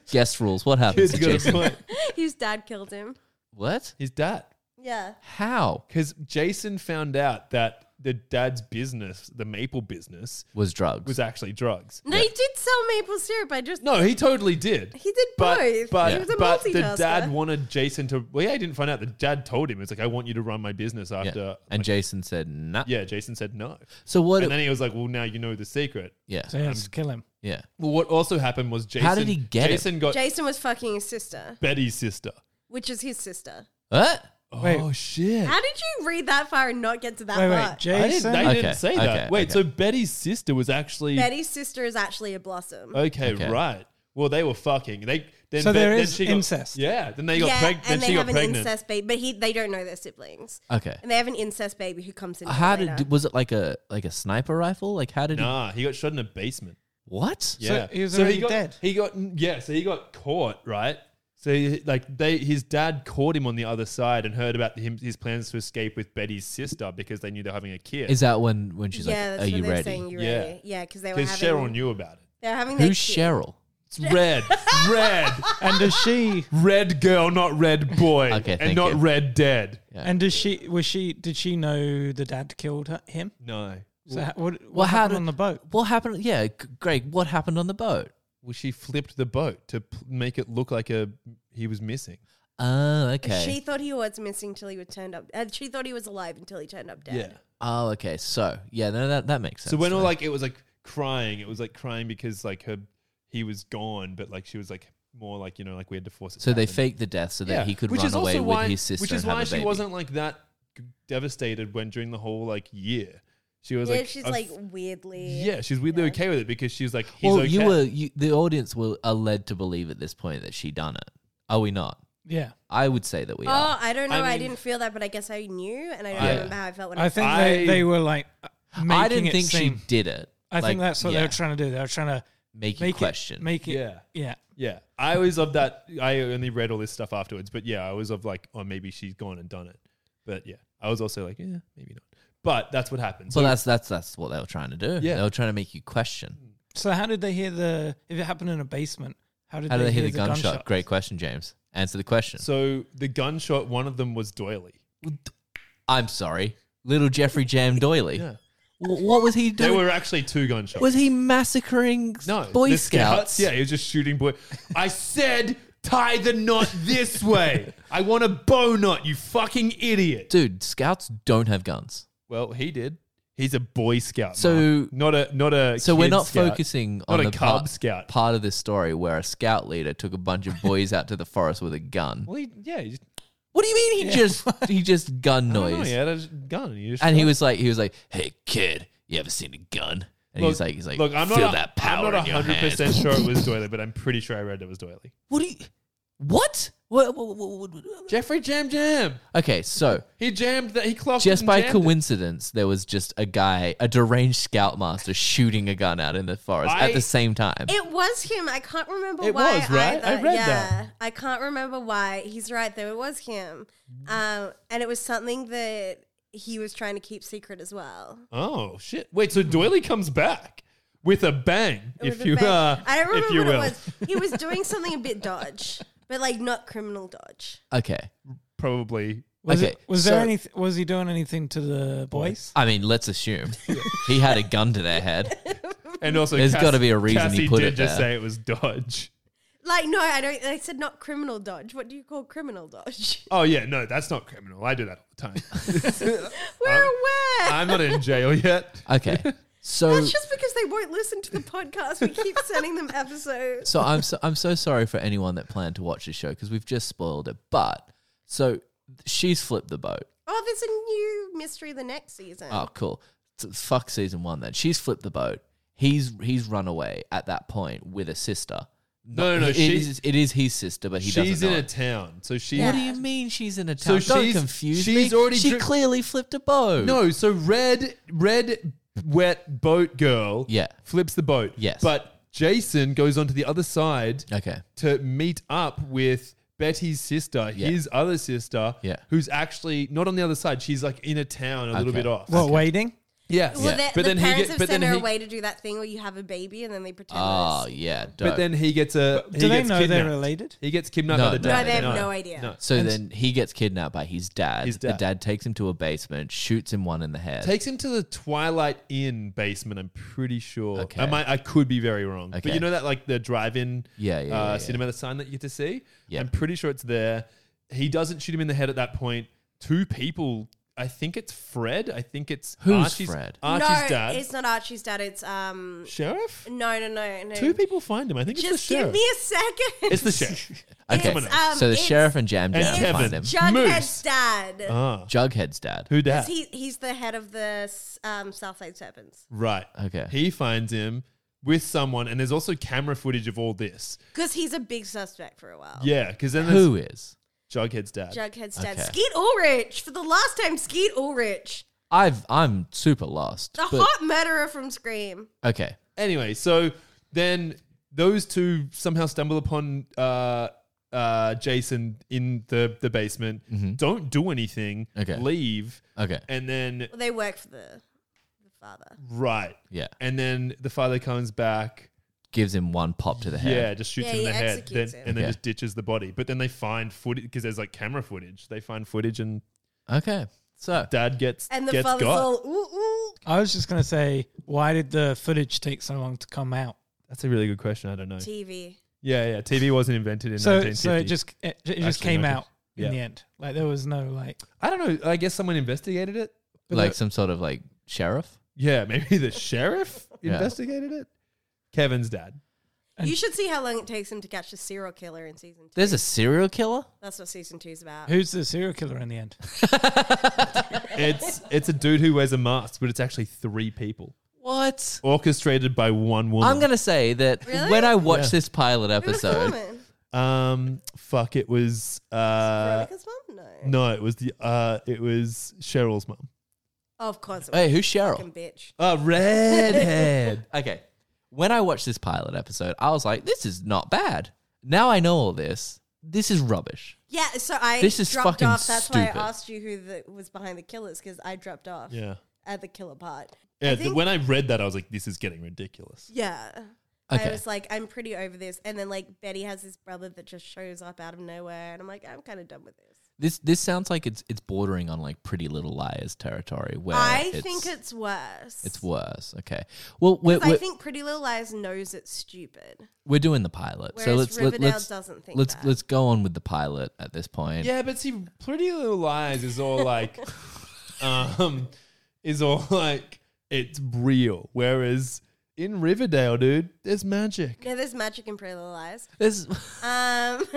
Guest rules. What happens
Kid's
to
got a
Jason?
point.
His dad killed him.
What?
His dad,
Yeah.
How?
because Jason found out that the dad's business, the maple business,
was drugs.
was actually drugs.
No, he did sell maple syrup. I just
No, he totally did.
he did
but,
both.
But,
he was a
but the
multitasker.
dad wanted Jason to. Well, yeah, he didn't find out. The dad told him, it's like, I want you to run my business
yeah.
after.
and Jason said, nah.
yeah, Jason said no.
So what?
And then he was like, Well, now you know the secret.
yeah.
So yeah, just kill him.
Yeah.
Well, what also happened was Jason.
How did he get it?
Jason got
Jason was fucking his sister,
Betty's sister.
which is his sister.
What?
Wait.
Oh shit!
How did you read that far and not get to that
Wait, wait,
part?
I didn't,
Jason.
they
Okay,
didn't say that.
okay,
Wait,
okay.
so Betty's sister was actually
Betty's sister is actually a blossom.
okay,
Okay.
right? Well, they were fucking. They then
So there
then
is
she got-
incest.
yeah, then they got
yeah,
preg- then
and
she
they
got
have an
pregnant. Uh,
incest baby, but he they don't know their siblings,
Okay.
and they have an incest baby who comes in.
How
later.
did was it like a like a sniper rifle? Like how did he,
Nah, he got shot in a basement.
what?
So
Yeah,
he was already
got,
dead.
He got yeah, so he got caught right. So he, like they, his dad caught him on the other side and heard about him his plans to escape with Betty's sister because they knew they're having a kid.
Is that when when she's
yeah,
like,
that's
"Are
what
you
they're
ready?"
saying. You
Yeah.
ready? Yeah, because they were
Because
having.
Cheryl knew about it.
They're having. their
Who's
kid.
Cheryl?
It's red, red,
And does she?
red girl, not red boy,
Okay,
and
thank
not
you.
red dead.
And does she? Was she? Did she know the dad killed her, him?
No,
So ha- what, what
Well, how
happened
did-
on the boat?
What happened? Yeah, G- Greg. What happened on the boat?
well, she flipped the boat to p- make it look like a he was missing.
Oh, okay.
She thought he was missing till he was turned up. Uh, she thought he was alive until he turned up dead.
oh, okay. So yeah, no, that that makes sense.
So when all
then.
like it was like crying, it was like crying because like her he was gone, but like she was like more like you know like we had to force it.
so
to
they
happen.
faked the death so that
Yeah.
he could
Which
run
is
away
also
with
why-
his sister.
Which is
and have
why
a
she
baby.
wasn't like that g- devastated when during the whole like year she was
yeah,
like
she's
a
like
f-
weirdly.
yeah she's weirdly okay with it because she's like he's
Well,
okay.
you were you, the audience were are led to believe at this point that she done it. Are we not?
Yeah,
I would say that we
Oh,
are.
I don't know. I,
I mean-
didn't feel that, but I guess I knew, and I don't
Yeah.
remember how I felt when I.
I think
I-
they, they were like. Making
I didn't
it
think
seem,
she did it.
I
Like,
think that's what they
yeah,
were trying to do. They were trying to
make you
make
question.
it. Make it.
yeah
yeah.
yeah I was of that I only read all this stuff afterwards but yeah I was of like oh maybe she's gone and done it but yeah I was also like yeah maybe not but that's what happened
well, that's that's that's what they were trying to do.
Yeah.
they were trying to make you question.
So how did they hear the? If it happened in a basement, how did
How
they,
did they hear the gunshot?
gunshot?
Great question, James. Answer the question.
so the gunshot one of them was Doily
I'm sorry, little Jeffrey Jam Doily.
Yeah.
W- what was he
there
doing?
were actually two gunshots
Was he massacring
No,
Boy
the
Scouts?
Yeah, he was just shooting boy. I said tie the knot this way. I want a bow knot. You fucking idiot.
dude, Scouts don't have guns.
Well, he did. He's a boy scout.
So-
Mark. not a not a.
So we're
kid
not
scout.
focusing
Not
on
a
the
cub
part,
scout.
part of this story where a scout leader took a bunch of boys out to the forest with a gun.
Well, he, yeah, he just,
What do you mean he just he just gun
I
noise?
don't know, he had a gun. He just
And he was like he was like, "Hey kid, you ever seen a gun?" And he's like he's like,
look, I'm
"Feel
not.
that
a-
power
I'm not
in your
hundred
hand."
percent sure it was Doily, but I'm pretty sure I read it was Doily.
What do you What? What, what, what, what- what-
Jeffrey Jam Jam.
Okay, so
He jammed that. He clocked
just
and
by
jammed it.
coincidence, there was just a guy, a deranged scoutmaster, shooting a gun out in the forest
I-
at the same time.
It was him. I can't remember
It
why.
was, right? I
either.
read
yeah,
that.
I can't remember why. He's right though. It was him, um, and it was something that he was trying to keep secret as well.
Oh shit! Wait, so Doily comes back with a bang,
It
if
was a
you
bit-
uh,
I don't remember
if you
what
will.
it was. He was doing something a bit dodge, but like not criminal dodge.
okay.
probably
Was
Okay,
it? Was there
so-
any? Was he doing anything to the boys?
I mean, let's assume he had a gun to their head.
And also,
There's
Cass-
gotta be a reason he
Cassie
put
did
it
just
there.
say it was Dodge.
Like no, I don't. I said not criminal dodge. What do you call criminal dodge?
Oh yeah, no, that's not criminal. I do that all the time.
We're aware.
I'm not in jail yet.
Okay, so
That's just because they won't listen to the podcast. We keep sending them episodes.
so I'm so, I'm so sorry for anyone that planned to watch this show because we've just spoiled it. But so she's flipped the boat.
Oh, there's a new mystery the next season.
Oh, cool. So fuck season one then. She's flipped the boat. He's he's run away at that point with a sister.
No, no, no,
It
she-
is- it is his sister, but he
she's
doesn't
in a
know. it.
town, so she.
Yeah.
What do you mean she's in a
So
town? Don't
she's-
confuse
she's
me.
already
she
dri-
clearly flipped a boat.
No, so red, red, wet boat girl.
Yeah.
flips the boat.
Yes.
but Jason goes onto the other side
Okay.
to meet up with. Betty's sister,
Yeah.
his other sister,
Yeah.
who's actually not on the other side. She's like in a town a little
Okay.
bit off.
What waiting?
Yeah.
Well,
Yeah.
the,
But
the
then he
parents
get-
have
but
sent
then
her
he-
away to do that thing where you have a baby and then they pretend.
Oh,
it's,
yeah. Dope.
But then he gets a. he
Do they
gets
know
kidnapped.
they're related?
He gets kidnapped
No,
by the
no,
dad.
no, they have no idea.
so then he gets kidnapped by his dad.
His
The
dad.
dad takes him to a basement, shoots him one in the head.
Takes him to the Twilight Inn basement. I'm pretty sure.
Okay.
I might. I could be very wrong. But
Okay.
you know that like the drive-in.
Yeah, yeah,
uh,
yeah, yeah.
Cinema the sign that you get to see.
Yeah.
I'm pretty sure it's there. He doesn't shoot him in the head at that point. Two people. I think it's Fred. I think it's
Who's
Archie's,
Fred?
Archie's
no,
dad.
it's not Archie's dad. It's um.
sheriff.
No, no, no, no.
Two people find him. I think it's
Just
the
give
sheriff.
me a second.
it's the sheriff.
okay.
It's, um,
so the
it's-
sheriff and Jam
and
Jam find
Kevin.
him.
Jughead's
Moose.
dad.
ah,
Jughead's dad.
who
'Cause
that?
he, he's the head of the s- um, Southside Serpents.
Right.
Okay.
He finds him with someone, and there's also camera footage of all this.
Because he's a big suspect for a while.
Yeah, because then there's
Who is?
Jughead's dad.
Jughead's dad.
Okay.
Skeet Ulrich. For the last time, Skeet Ulrich.
I've I'm super lost.
The
but-
hot murderer from Scream.
okay.
anyway, so then those two somehow stumble upon uh, uh, Jason in the, the basement. Don't do anything.
Okay.
Leave.
Okay.
And then,
Well, they work for the, the father.
right.
Yeah.
And then the father comes back.
Gives him one pop to the head.
Yeah, just shoots
Yeah,
him in the
he
head, then,
executes him.
and then
Okay.
just ditches the body. But then they find footage because there's like camera footage. They find footage, and
Okay. So
Dad gets
And the
gets
father's
got.
all, ooh, ooh.
I was just gonna say, why did the footage take so long to come out?
That's a really good question. I don't know.
TV.
Yeah, yeah. TV wasn't invented in
So,
1950.
so it just it, it just
Actually
came
noticed.
out in
Yeah.
the end. Like there was no like.
I don't know. I guess someone investigated it. But
like
the-
some sort of like sheriff.
yeah, maybe the sheriff
Yeah.
investigated it. Kevin's dad.
And-
you should see how long it takes him to catch the serial killer in season two.
There's a serial killer.
That's what season two's about.
Who's the serial killer in the end?
It's it's a dude who wears a mask, but it's actually three people
What?
orchestrated by one woman.
I'm gonna say that
Really?
when I watched
Yeah.
this pilot
Who was the
episode,
woman?
um fuck. It was uh
Veronica's mom? No.
no, it was the uh it was Cheryl's mom.
Oh, of course. It was
hey, who's
a
Cheryl?
fucking bitch.
Uh redhead.
Okay. When I watched this pilot episode, I was like, this is not bad. Now I know all this. This is rubbish.
Yeah, so I
This is
dropped
fucking
off. That's why
stupid.
I asked you who the, was behind the killers because I dropped off
yeah.
at the killer part.
Yeah,
I
th-
think-
when I read that, I was like, "This is getting ridiculous."
Yeah.
Okay.
I was like, I'm pretty over this. And then, like, Betty has this brother that just shows up out of nowhere. And I'm like, I'm kind of done with this.
This this sounds like it's it's bordering on like Pretty Little Liars territory. Where
I
Uh, it's,
think it's worse.
it's worse. Okay. Well, we're,
'Cause I
we're,
think Pretty Little Liars knows it's stupid.
we're doing the pilot, so
Whereas
let's let,
Riverdale
let's
doesn't think
let's
that.
let's go on with the pilot at this point.
Yeah, but see, Pretty Little Lies is all like, um, is all like it's real. Whereas in Riverdale, dude, there's magic.
No, there's magic in Pretty Little Liars.
There's
Um,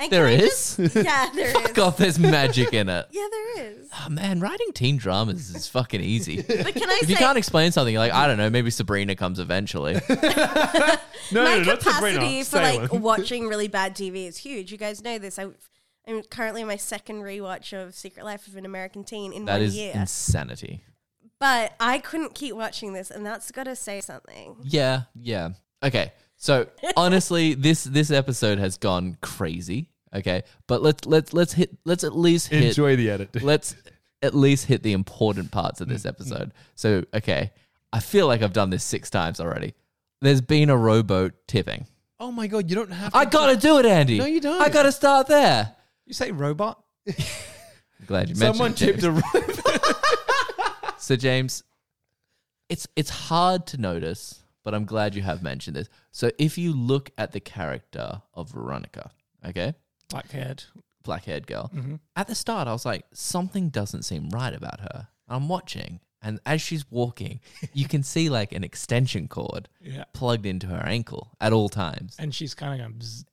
and
there
can I
is.
just- yeah, there is.
Fuck off. There's magic in it.
Yeah, there is.
Oh man, writing teen dramas is fucking easy.
But can I say
If you can't explain something, you're like, I don't know, maybe Sabrina comes eventually.
No,
my
no, not
capacity
Sabrina.
for like
Salem.
watching really bad TV is huge. You guys know this. I, I'm currently in my second rewatch of Secret Life of an American Teen in
That
one
is
year.
insanity.
but I couldn't keep watching this, and that's got to say something.
Yeah, yeah. Okay. So honestly, this this episode has gone crazy. Okay. But let's let's let's hit let's at least hit
Enjoy the edit. dude.
let's at least hit the important parts
Mm,
of this episode. So okay. I feel like I've done this six times already. There's been a rowboat tipping.
Oh my god, you don't have.
I gotta do it, Andy.
No, you don't.
I gotta start there.
You say robot?
Glad you mentioned
Someone
it, James.
tipped a rope.
So James, it's it's hard to notice, but I'm glad you have mentioned this. So if you look at the character of Veronica, okay,
Blackhead.
black haired girl, at the start I was like, something doesn't seem right about her. I'm watching, and as she's walking, you can see like an extension cord
Yeah.
plugged into her ankle at all times.
And she's kind of going. Bzz.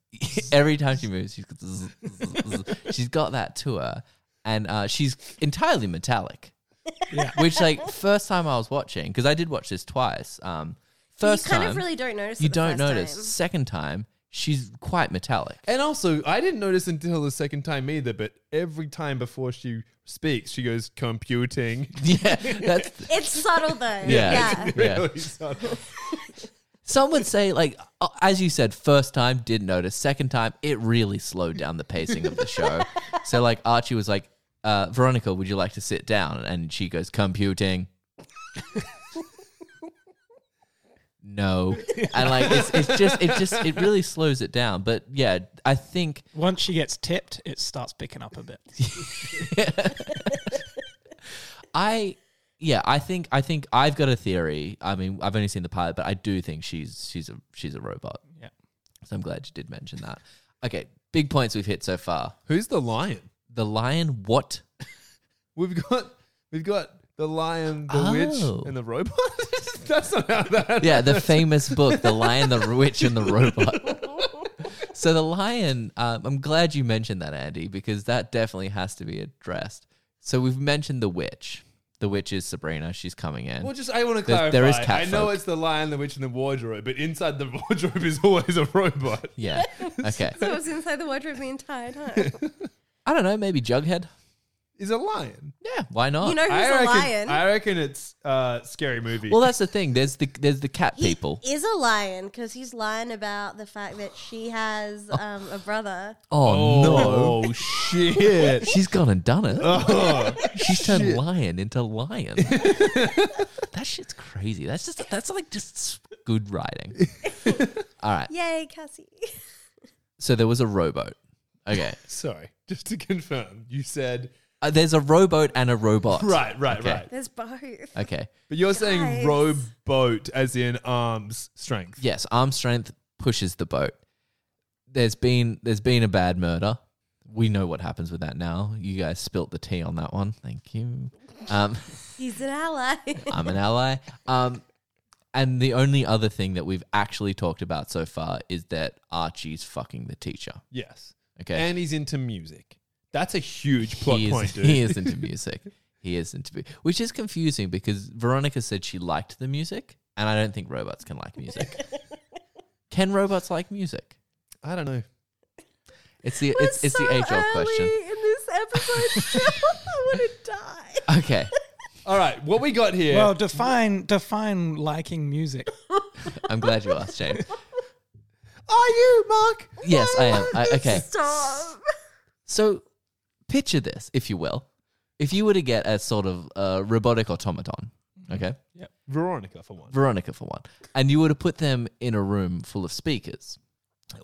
Every time she moves, she's got zzz, zzz, zzz. she's got that to her, and uh, she's entirely metallic.
Yeah.
Which, like, first time I was watching because I did watch this twice. Um, first
you kind
time
of really don't notice.
you
it the
don't
first
notice.
time.
Second time she's quite metallic.
And also, I didn't notice until the second time either. But every time before she speaks, she goes computing.
yeah, that's
It's subtle though.
yeah, yeah.
Really subtle.
Some would say, like, uh, as you said, first time didn't notice. Second time, it really slowed down the pacing of the show. so, like, Archie was like, uh, "Veronica, would you like to sit down?" And she goes, "Computing." no, and like it's, it's just it just it really slows it down. But yeah, I think
Once she gets tipped, it starts picking up a bit.
I yeah, I think I think I've got a theory. I mean, I've only seen the pilot, but I do think she's she's a she's a robot.
Yeah.
So I'm glad you did mention that. Okay, big points we've hit so far.
Who's the lion?
The lion what?
We've got we've got the lion, the
Oh.
witch, and the robot. That's not how that.
Yeah, the famous book, The Lion, the Witch, and the Robot. So the lion, um, I'm glad you mentioned that, Andy, because that definitely has to be addressed. So we've mentioned the witch. The witch is Sabrina. She's coming in.
Well, just I want to clarify.
There- there is
I know
catfolk.
it's the lion, the witch, and the wardrobe, but inside the wardrobe is always a robot.
yeah. Okay.
So I was inside the wardrobe the entire time.
I don't know. Maybe Jughead.
Is a lion.
Yeah. Why not?
You know who's
I
a
reckon.
lion?
I reckon it's uh, scary movie.
Well, that's the thing. There's the there's the cat
He
people.
is a lion because he's lying about the fact that she has um, a brother.
Oh, no,
oh shit!
she's gone and done it.
Oh.
She's turned lion into lion. that shit's crazy. That's just that's like just good writing. All right.
Yay, Cassie!
So there was a rowboat. Okay.
Sorry, just to confirm, you said
Uh, there's a rowboat and a robot.
right, right,
Okay.
right.
There's both.
Okay.
But you're
Guys.
saying rowboat as in arms strength.
Yes, arm strength pushes the boat. There's been there's been a bad murder. We know what happens with that now. You guys spilt the tea on that one. Thank you. Um
He's an ally.
I'm an ally. Um, and the only other thing that we've actually talked about so far is that Archie's fucking the teacher.
Yes.
Okay.
And he's into music. That's a huge plot
he, is,
point, dude.
he is into music. He is into, which is confusing because Veronica said she liked the music, and I don't think robots can like music. can robots like music?
I don't know.
It's the
We're
it's, it's
so
the age old
early
question.
in this episode. still. I want to die.
Okay,
All right, what we got here?
Well, define define liking music.
I'm glad you asked, James.
are you Mark?
Yes, I am. I, okay,
Stop.
So picture this, if you will. If you were to get a sort of uh, robotic automaton, okay,
Yep. Veronica for one.
Veronica for one, and you were to put them in a room full of speakers,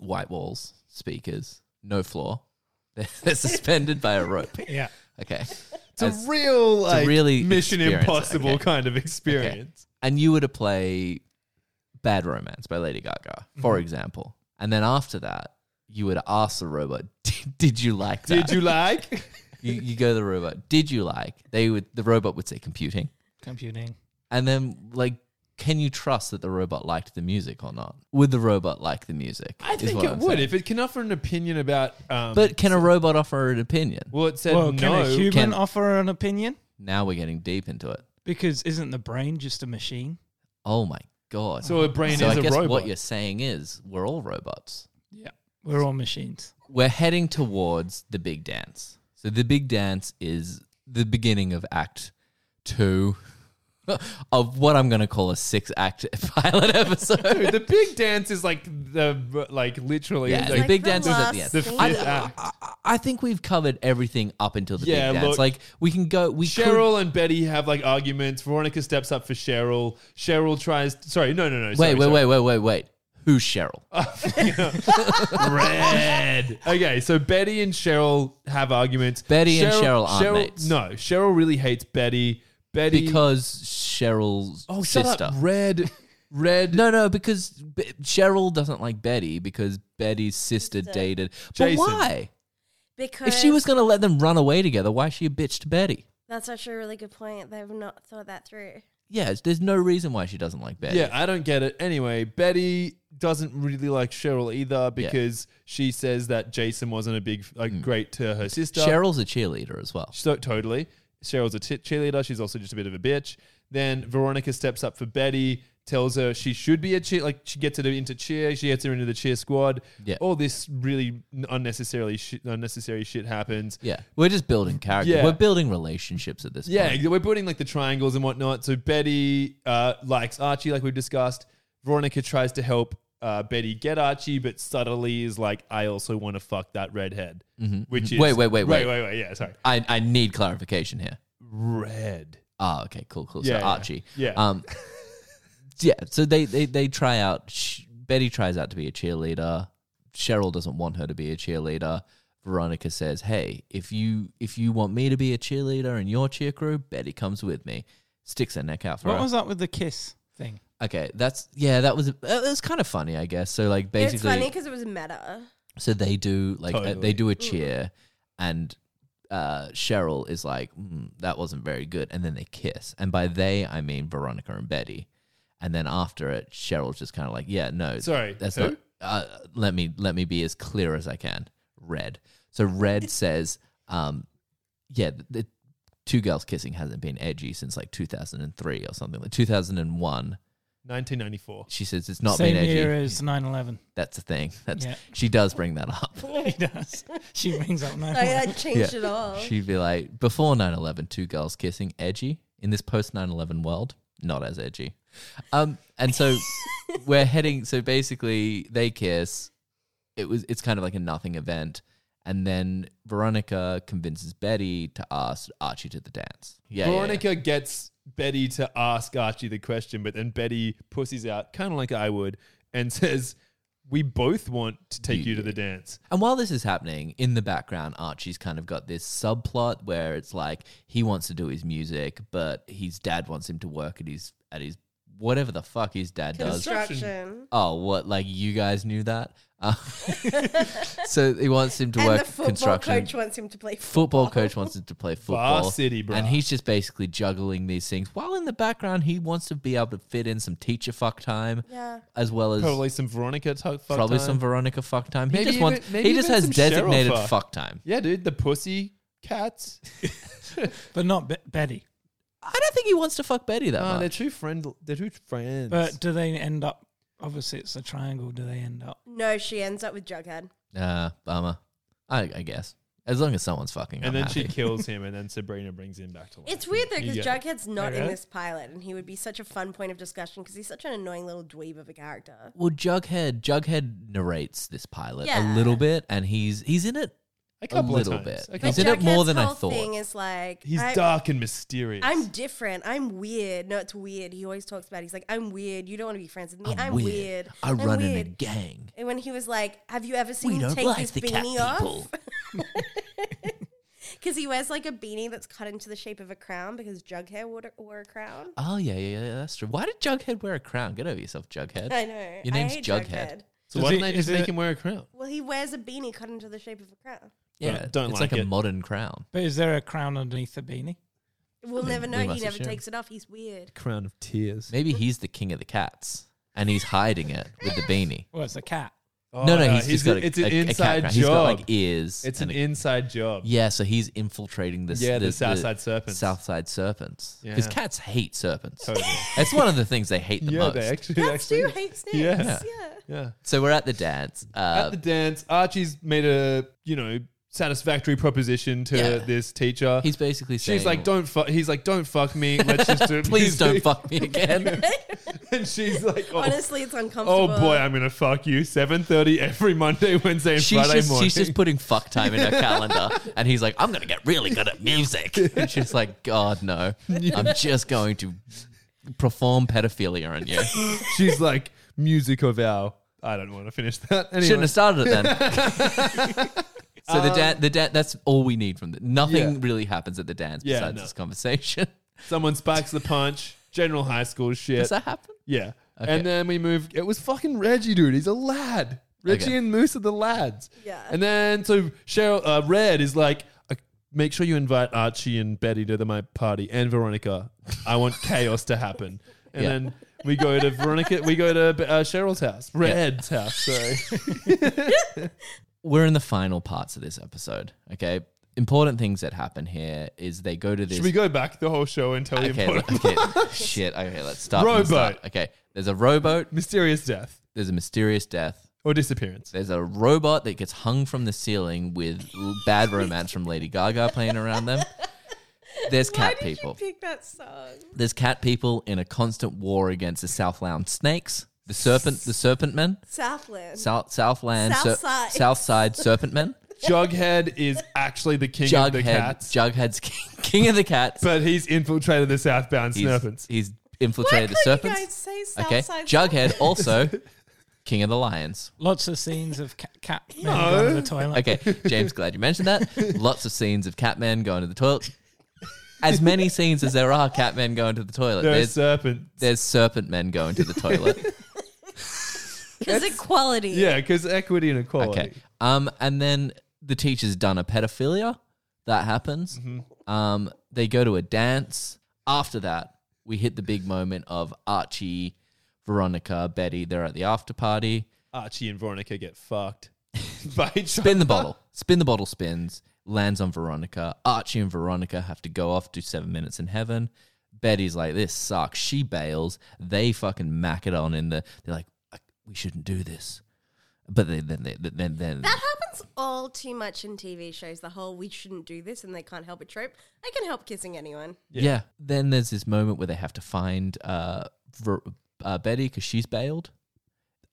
white walls, speakers, no floor, they're, they're suspended by a rope.
Yeah.
Okay,
It's a
As-
real,
a
like,
really
Mission
experience,
Impossible
okay.
kind of experience.
and you were to play "Bad Romance" by Lady Gaga, for
Mm-hmm.
example, and then after that, you were to ask the robot, "Did, did you like that?"
Did you like?
you, you go to the robot, "Did you like?" They would the robot would say, "Computing."
Computing.
And then, like, can you trust that the robot liked the music or not? Would the robot like the music?
I
Is
think
what
it
I'm
would
saying.
if it can offer an opinion about. Um,
But can a robot offer an opinion?
well, it said
well,
no.
can a human
Can-
offer an opinion?
Now we're getting deep into it.
Because isn't the brain just a machine?
Oh my god!
so a brain
So
is
I
a
guess
robot.
what you're saying is we're all robots.
Yeah. We're all machines.
We're heading towards the big dance. So the big dance is the beginning of Act Two of what I'm going to call a six-act pilot episode.
the big dance is like the like literally
Yeah,
like
the big
the
dance is at the end.
last
the
thing.
fifth
I-
act.
I- I think we've covered everything up until the
Yeah,
big dance.
look-
like we can go. We could,
Cheryl and Betty have like arguments. Veronica steps up for Cheryl. Cheryl tries. sorry, no, no, no.
wait,
sorry,
wait,
sorry.
wait, wait, wait, wait. Who's Cheryl?
Red. okay, so Betty and Cheryl have arguments.
Betty and Cheryl aren't
Cheryl,
mates.
No, Cheryl really hates Betty. Betty
because Cheryl's
oh, shut
sister.
up. Red, red.
no, no, because B- Cheryl doesn't like Betty because Betty's sister dated. But
Jason.
why?
Because
If she was going to let them run away together, why is she a bitch to Betty?
That's actually a really good point. They've not thought that through.
Yeah, it's- there's no reason why she doesn't like Betty.
Yeah, I don't get it. Anyway, Betty doesn't really like Cheryl either because she says that Jason wasn't a big, like,
Mm.
great to her sister.
Cheryl's a cheerleader as well.
So totally. Cheryl's a t- cheerleader. She's also just a bit of a bitch. Then Veronica steps up for Betty, tells her she should be a cheer. Like she gets her into cheer. She gets her into the cheer squad.
Yeah.
All this really unnecessarily shi- unnecessary shit happens.
Yeah, we're just building character.
Yeah.
We're building relationships at this
Yeah,
point.
we're putting like the triangles and whatnot. So Betty uh, likes Archie, like we've discussed. Veronica tries to help uh, Betty get Archie, but subtly is like, "I also want to fuck that redhead," which is
Mm-hmm. Wait, wait, wait,
wait,
wait.
wait, wait. Yeah, sorry,
I, I need clarification here.
red.
Oh, okay, cool, cool.
Yeah,
so
yeah,
Archie.
yeah.
Um, yeah. So they they they try out. Sh- Betty tries out to be a cheerleader. Cheryl doesn't want her to be a cheerleader. Veronica says, "Hey, if you if you want me to be a cheerleader in your cheer crew, Betty comes with me." Sticks her neck out for
What
her.
was up with the kiss thing?
okay, that's yeah. That was it was kind of funny, I guess. So like basically,
it's funny because it was meta.
so they do like uh,
Totally.
they do a cheer, and uh, Cheryl is like, mm, "That wasn't very good," and then they kiss, and by they I mean Veronica and Betty, and then after it, Cheryl's just kind of like, "Yeah, no,
Sorry,
that's
who?
not. Uh, let me let me be as clear as I can." Red. So Red says, um, "Yeah, the, the two girls kissing hasn't been edgy since like 2003 or something like 2001."
1994.
She says it's not
Same
been edgy.
year as 9-11.
that's the thing. That's
Yeah.
she does bring that up.
He does. She rings up 9
I, I changed it all.
She'd be like, before 9 11, two girls kissing, edgy. In this post 9 11 world, not as edgy. Um, and so we're heading, so basically they kiss. It was, it's kind of like a nothing event. And then Veronica convinces Betty to ask Archie to the dance. Yeah. yeah, yeah.
Veronica gets Betty to ask Archie the question, but then Betty pussies out, kind of like I would, and says, "We both want to take you to the dance."
And while this is happening, in the background, Archie's kind of got this subplot where it's like he wants to do his music, but his dad wants him to work at his, at his, whatever the fuck his dad does.
Construction.
Oh, what? Like you guys knew that? Uh, so he wants him to
And
work
the football
construction.
coach wants him to play
football coach wants him to play football.
Varsity, bruh.
And he's just basically juggling these things while in the background he wants to be able to fit in some teacher fuck time,
Yeah.
as well as probably,
Probably some Veronica t- fuck time.
some Veronica fuck time. He
Maybe
just wants.
even- maybe
He just
even
has
some Cheryl
designated
fuck.
fuck time.
yeah, dude, the pussy cats.
But not Be- Betty.
I don't think he wants to fuck Betty that
Ah, they're
much.
too friend. They're too friends.
But do they end up, obviously it's a triangle, do they end up?
No, she ends up with Jughead.
Uh, bummer. I, I guess as long as someone's fucking.
and
I'm
then
happy.
she kills him, and then Sabrina brings him back to life.
It's weird though because
Yeah.
Jughead's not in
Uh-huh.
really?
this pilot, and he would be such a fun point of discussion because he's such an annoying little dweeb of a character.
Well, Jughead Jughead narrates this pilot a
Yeah.
little bit, and he's he's in it.
a couple
little
of times.
bit.
A
But
He's
couple-
in it more
Jughead's
than I
whole
thought.
Thing is like
He's
I,
dark and mysterious.
I'm different. I'm weird. No, it's weird. He always talks about. It. He's like, I'm weird. You don't want to be friends with me. I'm, weird.
I
I'm
run in a
weird.
gang.
And when he was like, "Have you ever
We
seen him
don't
take
like
his
the cat
beanie off?"
people.
Because he wears like a beanie that's cut into the shape of a crown because Jughead wore, wore a crown.
Oh yeah, yeah, yeah, that's true. Why did Jughead wear a crown? Get over yourself, Jughead.
I know.
Uh, Your
I
name's
hate
Jughead.
so
Is
why
it-
don't they just
is
make
it-
him wear a crown?
Well, he wears a beanie cut into the shape of a crown.
Yeah,
Don't- don't
it's
like
like a
it.
modern crown.
But is there a crown underneath the beanie?
We'll
Hmm,
never
we
know. He
must
never
assume.
takes it off. He's weird.
Crown of tears.
Maybe he's the king of the cats, and he's hiding it with the beanie.
Well, it's a cat.
Oh,
no, no, he's,
he's
just got
a-
a,
it's an
a- a cat
inside
crown.
job.
He's got like ears.
it's an
and a-
inside job.
yeah, so he's infiltrating this.
Yeah, the
this-
Southside serpents.
Southside serpents. Because
Yeah.
cats hate serpents.
Totally.
That's one of the things they hate the
yeah,
most.
they actually
Cats
actually
do hate snakes.
Yeah.
Yeah.
yeah.
so we're at the dance. Uh,
At the dance, Archie's made a you know satisfactory proposition to
Yeah.
this teacher.
he's basically saying,
she's like, "Don't fuck." He's like, "Don't fuck me." Let's just do-
please don't fuck me again."
And she's like, "Oh,
Honestly, it's
oh
uncomfortable.
boy, I'm gonna fuck you." Seven thirty every Monday, Wednesday, and
she's
Friday
just,
morning.
She's just putting fuck time in her calendar, and he's like, "I'm gonna get really good at music," and she's like, "God no, I'm just going to perform pedophilia on you."
She's like, "Music of our." I don't want to finish that. Anyway,
Shouldn't have started it then. so the dance, the da- that's all we need from the. Nothing
Um, Yeah.
really happens at the dance
Yeah,
besides
no.
this conversation.
someone sparks the punch. General high school shit.
Does that happen?
Yeah.
Okay.
And then we moved. It was fucking Reggie, dude. He's a lad. Reggie
Okay.
and Moose are the lads.
Yeah.
And then so Cheryl uh, Red is like, uh, make sure you invite Archie and Betty to the, my party and Veronica. I want chaos to happen. And
Yeah.
then we go to Veronica. We go to uh, Cheryl's house, Red's house. Sorry.
We're in the final parts of this episode. Okay, important things that happen here is they go to this.
Should we go back the whole show and tell you
okay,
about
okay, shit. Okay, let's start. from the
Rowboat.
start. Okay, there's a rowboat.
mysterious death
There's a mysterious death.
or disappearance?
There's a robot that gets hung from the ceiling with l- bad romance from Lady Gaga playing around them. There's
Why
cat
did
people.
you pick that song?
There's cat people in a constant war against the Southland snakes, the serpent, the serpent men,
Southland.
South Southland, ser-
Southside.
Southside serpent men.
Jughead is actually the king of the
Jughead,
cats,
Jughead's king, king of the cats.
but he's infiltrated the Southbound
He's,
Snurpins.
he's
Why
infiltrated the
couldn't you
serpents.
guys say
Okay,
Southside?
Jughead also king of the lions.
Lots of scenes of cat, cat men going to the toilet.
Okay, James, glad you mentioned that. Lots of scenes of Catman going to the toilet. As many scenes as there are Catmen going to the toilet.
There are
There's,
serpents.
there's serpent men going to the toilet.
Because equality.
Yeah, because equity and equality.
Okay. Um, and then the teacher's done a pedophilia. That happens.
Mm-hmm.
Um, they go to a dance. After that, we hit the big moment of Archie, Veronica, Betty. They're at the after party.
Archie and Veronica get fucked by each
Spin the
other.
bottle. Spin the bottle spins, lands on Veronica. Archie and Veronica have to go off, do seven minutes in heaven. Betty's like, this sucks. She bails. They fucking mack it on in the. They're like, we shouldn't do this. But then, then, then, then, then
That happens all too much in TV shows. The whole we shouldn't do this and they can't help it trope. I can help kissing anyone.
yeah. Then there's this moment where they have to find uh, Ver- uh Betty because she's bailed.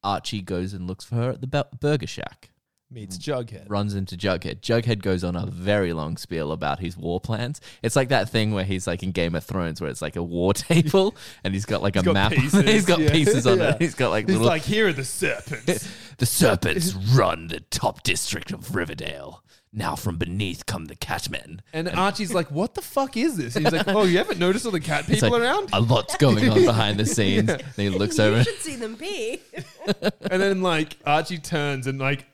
Archie goes and looks for her at the bu- burger shack.
meets Jughead.
runs into Jughead. Jughead goes on a very long spiel about his war plans. It's like that thing where he's like in Game of Thrones, where it's like a war table, and he's got like a
got
map.
pieces,
he's got
yeah.
pieces on
Yeah.
it. He's got like
He's
little.
like, here are the serpents.
the serpents run the top district of Riverdale. Now from beneath come the catmen.
and Archie's like, what the fuck is this? He's like, oh, you haven't noticed all the cat
It's
people
like
around?
a lot's going on behind the scenes. And he looks over.
You should see them be.
And then like Archie turns and like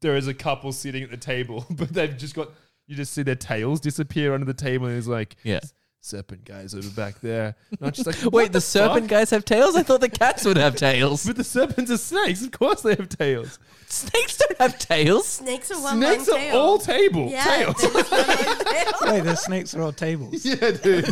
there is a couple sitting at the table, but they've just got you just see their tails disappear under the table, and he's like,
Yeah.
serpent guys over back there." And Archie's like,
Wait, the, serpent
guys
guys have tails? I thought the cats would have tails.
but the serpents are snakes. Of course they have tails.
Snakes don't have tails.
Snakes are one
snakes
long
are
tail.
all table
yeah,
tails.
Wait, the snakes are on tables.
yeah, dude.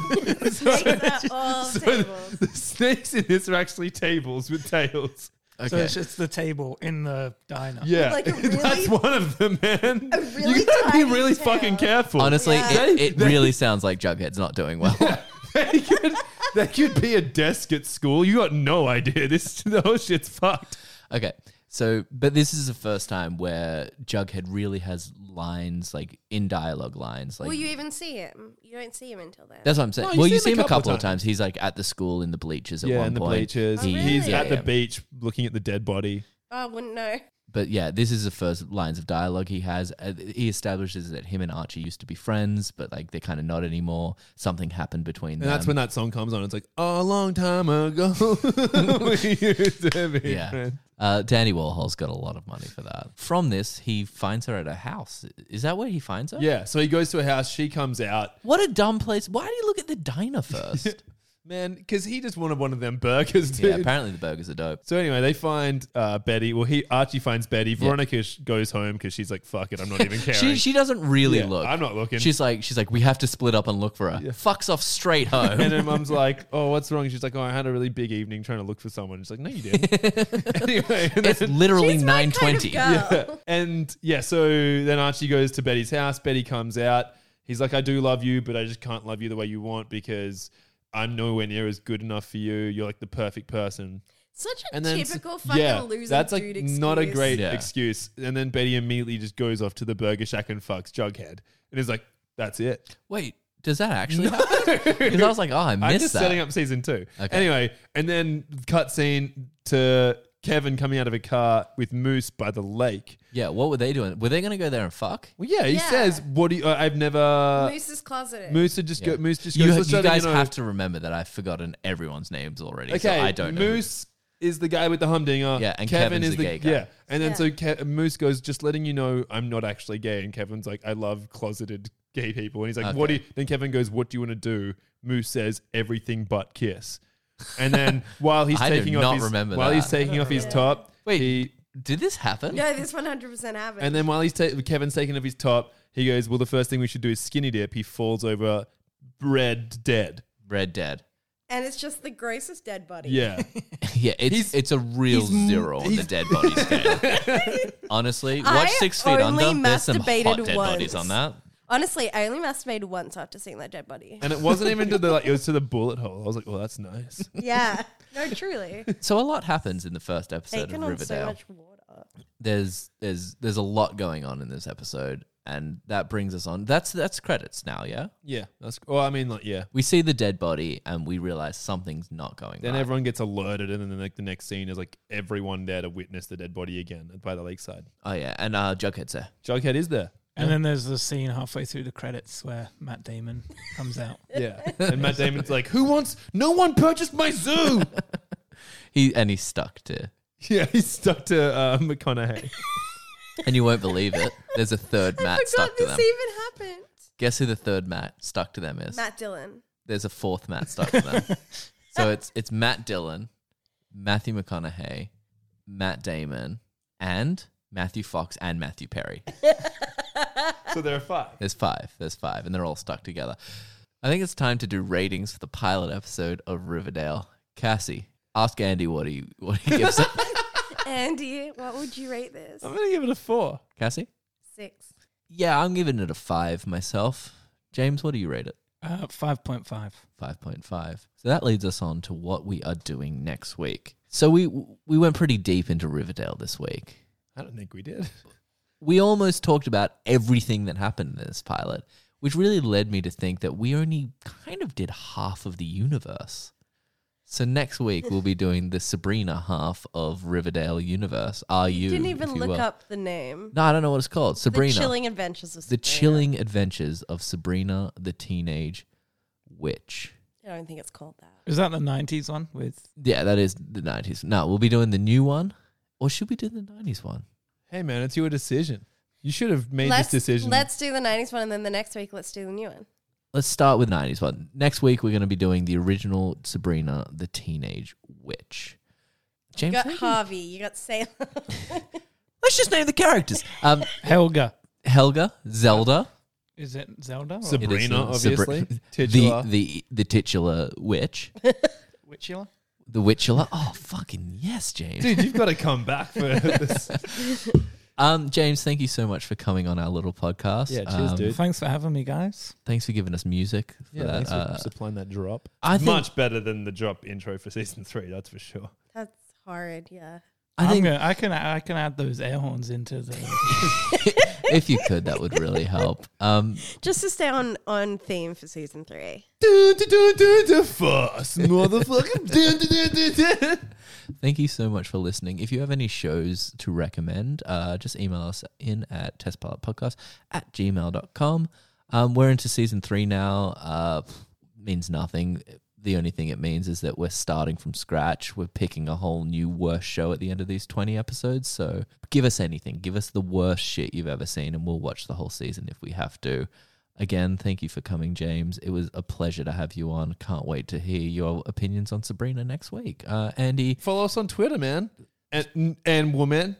Snakes are all
So
tables.
the, the snakes in this are actually tables with tails.
So it's just the table in the diner.
Yeah,
Like a really-
that's one of them, man.
really
you gotta be
tiny
really
tail.
fucking careful.
Honestly,
Yeah.
it, it really sounds like Jughead's not doing well.
they could, they could be a desk at school. You got no idea. This the whole shit's fucked.
Okay. So, but this is the first time where Jughead really has lines like in dialogue lines. Like
Will you even see him? You don't see him until then.
that's what I'm saying.
No, you
well,
see
you see him a couple, of times. He's like at the school in the bleachers at one point.
Oh, really?
He's at the
Yeah.
beach looking at the dead body.
oh, I wouldn't know.
But yeah, this is the first lines of dialogue he has. Uh, he establishes that him and Archie used to be friends, but like they're kind of not anymore. Something happened between
And
them.
that's when that song comes on. It's like "Oh, a long time ago. we used to be
yeah.
friends."
Uh, Danny Warhol's got a lot of money for that. From this, he finds her at a house. Is that where he finds her?
Yeah. So he goes to a house. She comes out.
What a dumb place. Why do you look at the diner first?
Man, because he just wanted one of them burgers, dude.
yeah, apparently the burgers are dope.
So anyway, they find uh, Betty. Well, he Archie finds Betty. Veronica sh goes home because she's like, "Fuck it, I'm not even caring."
She she doesn't really
Yeah,
look.
I'm not looking.
She's like she's like we have to split up and look for her. Fucks off straight home.
And her mum's like, "Oh, what's wrong?" She's like, "Oh, I had a really big evening trying to look for someone." She's like, "No, you didn't." anyway, and,
it's
then,
literally
She's my
nine
kind of
twenty.
girl.
and yeah, so then Archie goes to Betty's house. Betty comes out. He's like, "I do love you, but I just can't love you the way you want because I'm nowhere near as good enough for you. You're like the perfect person."
Such a
And then
typical fucking
yeah,
loser
that's like
dude
not a
excuse.
great
Yeah.
excuse. And then Betty immediately just goes off to the burger shack and fucks Jughead, and is like, "That's it."
Wait, does that actually happen? Because I was like, oh, I
I'm
missed
just
that.
setting up season two.
Okay.
Anyway, and then cut scene to Kevin coming out of a car with Moose by the lake.
yeah, what were they doing? Were they gonna go there and fuck?
Well, yeah, he
Yeah.
says, "What do you?" Uh, I've never. Moose,
Moose is closeted.
would just
Yeah.
go. Moose just
You,
goes.
you
"Let's show them,
guys
know."
have to remember that I've forgotten everyone's names already.
Okay,
so I don't know.
Moose is the guy with the humdinger.
Yeah, and Kevin's the gay guy.
Yeah, and then
Yeah.
so Ke- Moose goes, "Just letting you know, I'm not actually gay." And Kevin's like, "I love closeted gay people." And he's like, "What do?" You, then Kevin goes, "What do you want to do?" Moose says, "Everything but kiss." And then while he's
I do
taking off
not
his
remember
while
that.
he's taking off his top,
Wait.
he-
Did this happen?
no, this 100% happened.
and then while he's ta- Kevin's taking off his top, he goes, "Well, the first thing we should do is skinny dip." He falls over, red dead.
Red Dead.
and it's just the grossest dead body.
Yeah,
Yeah, it's
He's-
it's a real
he's m-
zero on the
he's-
dead body scale. Honestly, watch
I
Six Feet
only
Under. There's some hot
masturbated
dead
once.
bodies on that.
Honestly, I only masturbated once after seeing that dead body.
and it wasn't even to the like it was to the bullet hole. I was like, "Well, that's nice."
yeah. No, truly.
So a lot happens in the first episode
Taken
of
on so
Riverdale.
much water.
there's there's there's a lot going on in this episode and that brings us on. That's that's credits now, yeah.
Yeah, that's. Well, I mean, like, yeah.
We see the dead body and we realize something's not going.
Then
right.
everyone gets alerted, and then like the next scene is like everyone there to witness the dead body again by the lakeside.
oh yeah, and uh, Jughead's there.
Jughead is there.
And then there's the scene halfway through the credits where Matt Damon comes out.
Yeah, and Matt Damon's like, "Who wants? No one purchased my zoo."
He and he's stuck to.
yeah, he's stuck to uh, McConaughey.
And you won't believe it. There's a third
I
Matt
forgot
stuck to
this
them.
even happened.
Guess who the third Matt stuck to them is?
Matt Dillon.
There's a fourth Matt stuck to them. so it's it's Matt Dillon, Matthew McConaughey, Matt Damon, and Matthew Fox and Matthew Perry.
so there are five.
There's five. There's five, and they're all stuck together. I think it's time to do ratings for the pilot episode of Riverdale. Cassie, ask Andy what he what he gives it.
Andy, what would you rate this?
I'm gonna give it a four.
Cassie?
Six.
Yeah, I'm giving it a five myself. James, what do you rate it?
Uh, 5.5.
5.5. So that leads us on to what we are doing next week. So we we went pretty deep into Riverdale this week.
I don't think we did.
We almost talked about everything that happened in this pilot, which really led me to think that we only kind of did half of the universe. So next week we'll be doing the Sabrina half of Riverdale universe. Are you?
Didn't
if
even
you
look
will.
up the name.
No, I don't know what it's called. Sabrina.
The Chilling Adventures of
The
Sabrina.
Chilling Adventures of Sabrina the Teenage Witch.
I don't think it's called that.
Is that the 90s one with
Yeah, that is the 90s. No, we'll be doing the new one. Or should we do the 90s one?
Hey man, it's your decision. You should have made
let's,
this decision.
Let's do the 90s one and then the next week let's do the new one.
Let's start with 90s one. Next week, we're going to be doing the original Sabrina the Teenage Witch.
You
James,
got
what do you-
Harvey, you got Salem.
let's just name the characters. Um,
Helga?
Helga, Zelda,
Is it Zelda? Or
Sabrina,
It is, uh, Sabri-
obviously.
the,
Titular.
the, the titular witch,
Witchula?
the witchula. Oh, fucking yes, James.
Dude, you've got to come back for this.
Um, James, thank you so much for coming on our little podcast.
Yeah, cheers,
Um,
dude.
Thanks for having me, guys.
Thanks for giving us music. For
Yeah,
that.
thanks for
Uh,
supplying that drop.
I think
Much better than the drop intro for season three, that's for sure.
That's horrid, yeah.
I
I, am
think
gonna, I can I can add those air horns into the.
if you could, that would really help. Um,
Just to stay on, on theme for season three.
Do, do, do, do, do, fast, motherfucker. Do, do, do, do, do.
thank you so much for listening. If you have any shows to recommend, uh, just email us in at testpilotpodcast at gmail.com. Um, we're into season three now. Uh, means nothing. The only thing it means is that we're starting from scratch. We're picking a whole new worst show at the end of these 20 episodes. So give us anything. Give us the worst shit you've ever seen, and we'll watch the whole season if we have to. Again, thank you for coming, James. It was a pleasure to have you on. Can't wait to hear your opinions on Sabrina next week. Uh, Andy,
Follow us on Twitter, man. And, and woman.